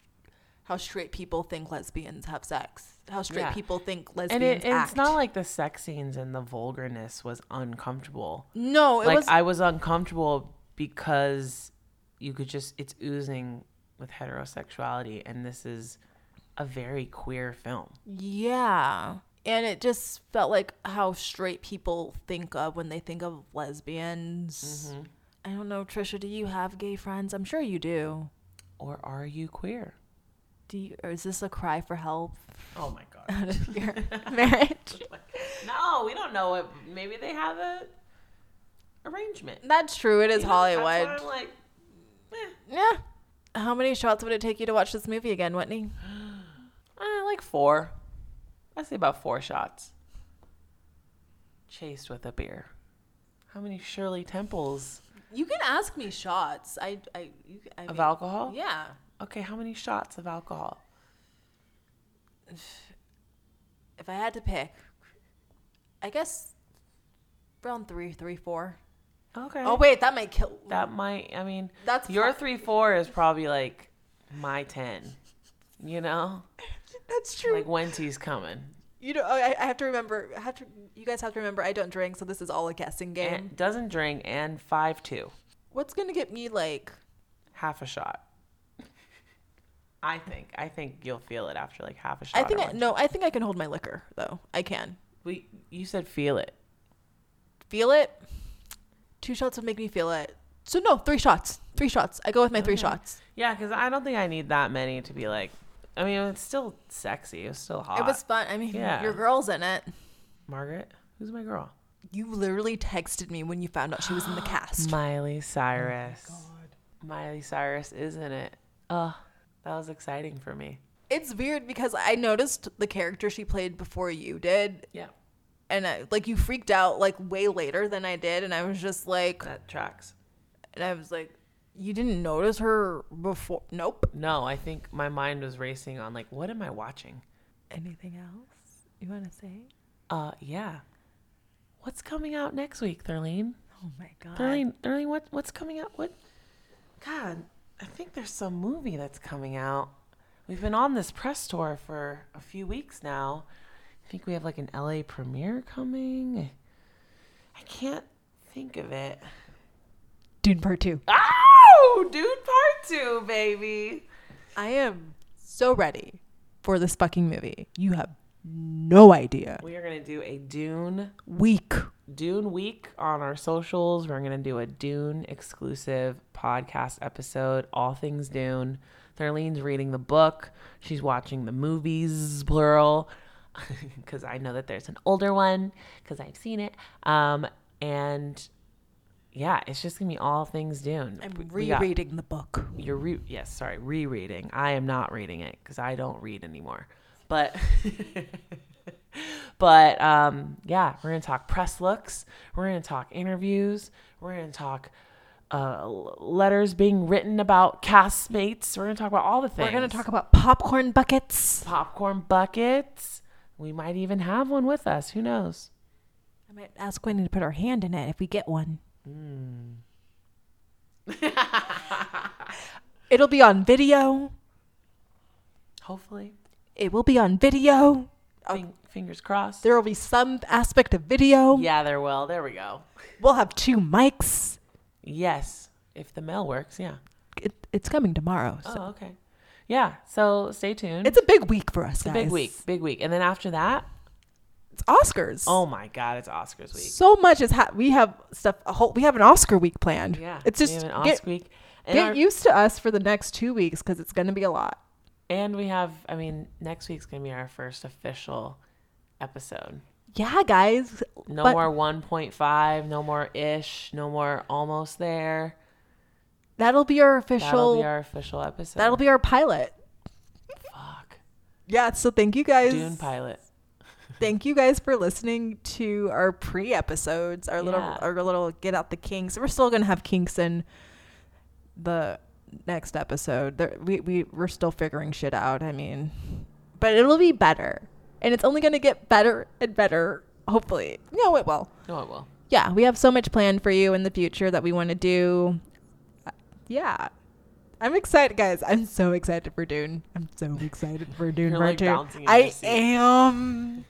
[SPEAKER 1] how straight people think lesbians have sex, how straight
[SPEAKER 2] Yeah.
[SPEAKER 1] people think
[SPEAKER 2] And,
[SPEAKER 1] lesbians
[SPEAKER 2] it, and
[SPEAKER 1] act.
[SPEAKER 2] it's not like the sex scenes and the vulgarness was uncomfortable.
[SPEAKER 1] no, it
[SPEAKER 2] like
[SPEAKER 1] was
[SPEAKER 2] I was uncomfortable because you could just it's oozing with heterosexuality, and this is a very queer film.
[SPEAKER 1] yeah, and it just felt like how straight people think of when they think of lesbians. I don't know, Trisha. Do you have gay friends? I'm sure you do.
[SPEAKER 2] Or are you queer?
[SPEAKER 1] Do you, or is this a cry for help
[SPEAKER 2] Oh my god.
[SPEAKER 1] out of your marriage?
[SPEAKER 2] No, we don't know what. Maybe they have a arrangement.
[SPEAKER 1] That's true. It is
[SPEAKER 2] You know, that's
[SPEAKER 1] Hollywood.
[SPEAKER 2] why I'm like, eh.
[SPEAKER 1] Yeah. How many shots would it take you to watch this movie again, Whitney?
[SPEAKER 2] Uh, like four. I say about four shots. Chased with a beer. How many Shirley Temples
[SPEAKER 1] You can ask me shots. I, I, you, I
[SPEAKER 2] of alcohol?
[SPEAKER 1] Yeah.
[SPEAKER 2] Okay, how many shots of alcohol?
[SPEAKER 1] If I had to pick, I guess round three, three, four.
[SPEAKER 2] Okay.
[SPEAKER 1] Oh wait, that might kill.
[SPEAKER 2] That might. I mean,
[SPEAKER 1] That's
[SPEAKER 2] your
[SPEAKER 1] fu-
[SPEAKER 2] three four is probably like my ten. You know,
[SPEAKER 1] That's true.
[SPEAKER 2] like Wendy's coming.
[SPEAKER 1] you know, I, I have to remember. I have to. You guys have to remember. I don't drink, so this is all a guessing game.
[SPEAKER 2] And doesn't drink and five two.
[SPEAKER 1] What's gonna get me like?
[SPEAKER 2] half a shot. I think. I think you'll feel it after like half a shot.
[SPEAKER 1] I think
[SPEAKER 2] or
[SPEAKER 1] I,
[SPEAKER 2] one.
[SPEAKER 1] no. I think I can hold my liquor though. I can
[SPEAKER 2] We, you said feel it.
[SPEAKER 1] feel it. Two shots would make me feel it. So no, three shots. Three shots. I go with my three shots.
[SPEAKER 2] Yeah, because I don't think I need that many to be like, I mean, it's still sexy. It was still hot.
[SPEAKER 1] It was fun. I mean,
[SPEAKER 2] Ah, Yeah.
[SPEAKER 1] your girl's in it.
[SPEAKER 2] Margaret. Who's my girl?
[SPEAKER 1] You literally texted me when you found out she was in the cast.
[SPEAKER 2] Miley Cyrus.
[SPEAKER 3] God.
[SPEAKER 2] Miley Cyrus is in it. Ugh, that was exciting for me.
[SPEAKER 1] It's weird because I noticed the character she played before you did,
[SPEAKER 2] Yeah,
[SPEAKER 1] and I, like you freaked out like way later than I did, and I was just like,
[SPEAKER 2] that tracks.
[SPEAKER 1] and I was like, you didn't notice her before? Nope.
[SPEAKER 2] No, I think my mind was racing on like, what am I watching?
[SPEAKER 1] Anything else you want to say?
[SPEAKER 2] Uh, yeah. What's coming out next week, Thurlene?
[SPEAKER 1] Oh my god.
[SPEAKER 2] Thurlene, Thurlene, what what's coming out? What? God, I think there's some movie that's coming out. We've been on this press tour for a few weeks now. I think we have like an LA premiere coming. I can't think of it.
[SPEAKER 1] Dune Part Two.
[SPEAKER 2] Oh, dude, part two, baby.
[SPEAKER 1] I am so ready for this fucking movie. You have no idea.
[SPEAKER 2] We are gonna do a Dune
[SPEAKER 1] Week.
[SPEAKER 2] Dune week on our socials. We're gonna do a Dune exclusive podcast episode, all things Dune. Thurlene's reading the book. She's watching the movies, plural, because I know that there's an older one because I've seen it. Um, and yeah, it's just gonna be all things Dune.
[SPEAKER 1] I'm
[SPEAKER 2] We got-
[SPEAKER 1] rereading the book.
[SPEAKER 2] you're re- yes sorry rereading i am not reading it because i don't read anymore but but um yeah we're gonna talk press looks we're gonna talk interviews we're gonna talk uh l- letters being written about castmates we're gonna talk about all the things
[SPEAKER 1] We're gonna talk about popcorn buckets.
[SPEAKER 2] popcorn buckets we might even have one with us who knows
[SPEAKER 1] I might ask Wendy to put her hand in it if we get one.
[SPEAKER 2] Hmm.
[SPEAKER 1] It'll be on video.
[SPEAKER 2] hopefully
[SPEAKER 1] It will be on video.
[SPEAKER 2] Fing- fingers crossed
[SPEAKER 1] There will be some aspect of video.
[SPEAKER 2] yeah there will there we go
[SPEAKER 1] We'll have two mics.
[SPEAKER 2] yes if the mail works yeah
[SPEAKER 1] It, it's coming tomorrow. So.
[SPEAKER 2] Oh, okay. Yeah. So stay tuned.
[SPEAKER 1] It's a big week for us,
[SPEAKER 2] a
[SPEAKER 1] guys.
[SPEAKER 2] big week. Big week. And then after that,
[SPEAKER 1] It's Oscars.
[SPEAKER 2] oh my God, it's Oscars week.
[SPEAKER 1] so much is ha- we have stuff. A whole we have an Oscar week planned.
[SPEAKER 2] Yeah.
[SPEAKER 1] it's
[SPEAKER 2] we
[SPEAKER 1] just
[SPEAKER 2] have an
[SPEAKER 1] get,
[SPEAKER 2] Oscar week. And,
[SPEAKER 1] get
[SPEAKER 2] our-
[SPEAKER 1] used to us for the next two weeks because it's going to be a lot.
[SPEAKER 2] and we have, I mean, next week's going to be our first official episode.
[SPEAKER 1] Yeah, guys.
[SPEAKER 2] No
[SPEAKER 1] but
[SPEAKER 2] more 1.5, no more ish, no more almost there.
[SPEAKER 1] That'll be our official.
[SPEAKER 2] That'll be our official episode.
[SPEAKER 1] That'll be our pilot.
[SPEAKER 2] Fuck.
[SPEAKER 1] Yeah, so thank you guys.
[SPEAKER 2] Dune pilot.
[SPEAKER 1] Thank you guys for listening to our pre episodes, our little
[SPEAKER 2] Yeah.
[SPEAKER 1] our little get out the kinks. We're still gonna have kinks in the next episode. There, we we we're still figuring shit out. I mean, but it'll be better, and it's only gonna get better and better. Hopefully, no, it will.
[SPEAKER 2] No, it will.
[SPEAKER 1] Yeah, we have so much planned for you in the future that we want to do. Uh, Yeah. I'm excited, guys. I'm so excited for Dune. I'm so excited for Dune
[SPEAKER 2] You're,
[SPEAKER 1] Part
[SPEAKER 2] like,
[SPEAKER 1] Two.
[SPEAKER 2] bouncing in your
[SPEAKER 1] I
[SPEAKER 2] seat.
[SPEAKER 1] am.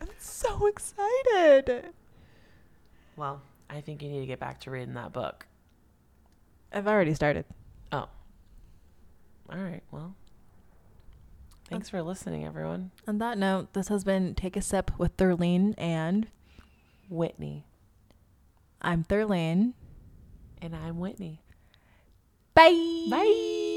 [SPEAKER 1] I'm so excited.
[SPEAKER 2] Well, I think you need to get back to reading that book.
[SPEAKER 1] I've already started.
[SPEAKER 2] Oh. All right. Well, thanks for listening, everyone.
[SPEAKER 1] On that note, this has been Take a Sip with Thurlene, and
[SPEAKER 2] Whitney.
[SPEAKER 1] I'm Thurlene.
[SPEAKER 2] And I'm Whitney.
[SPEAKER 1] Bye.
[SPEAKER 2] Bye.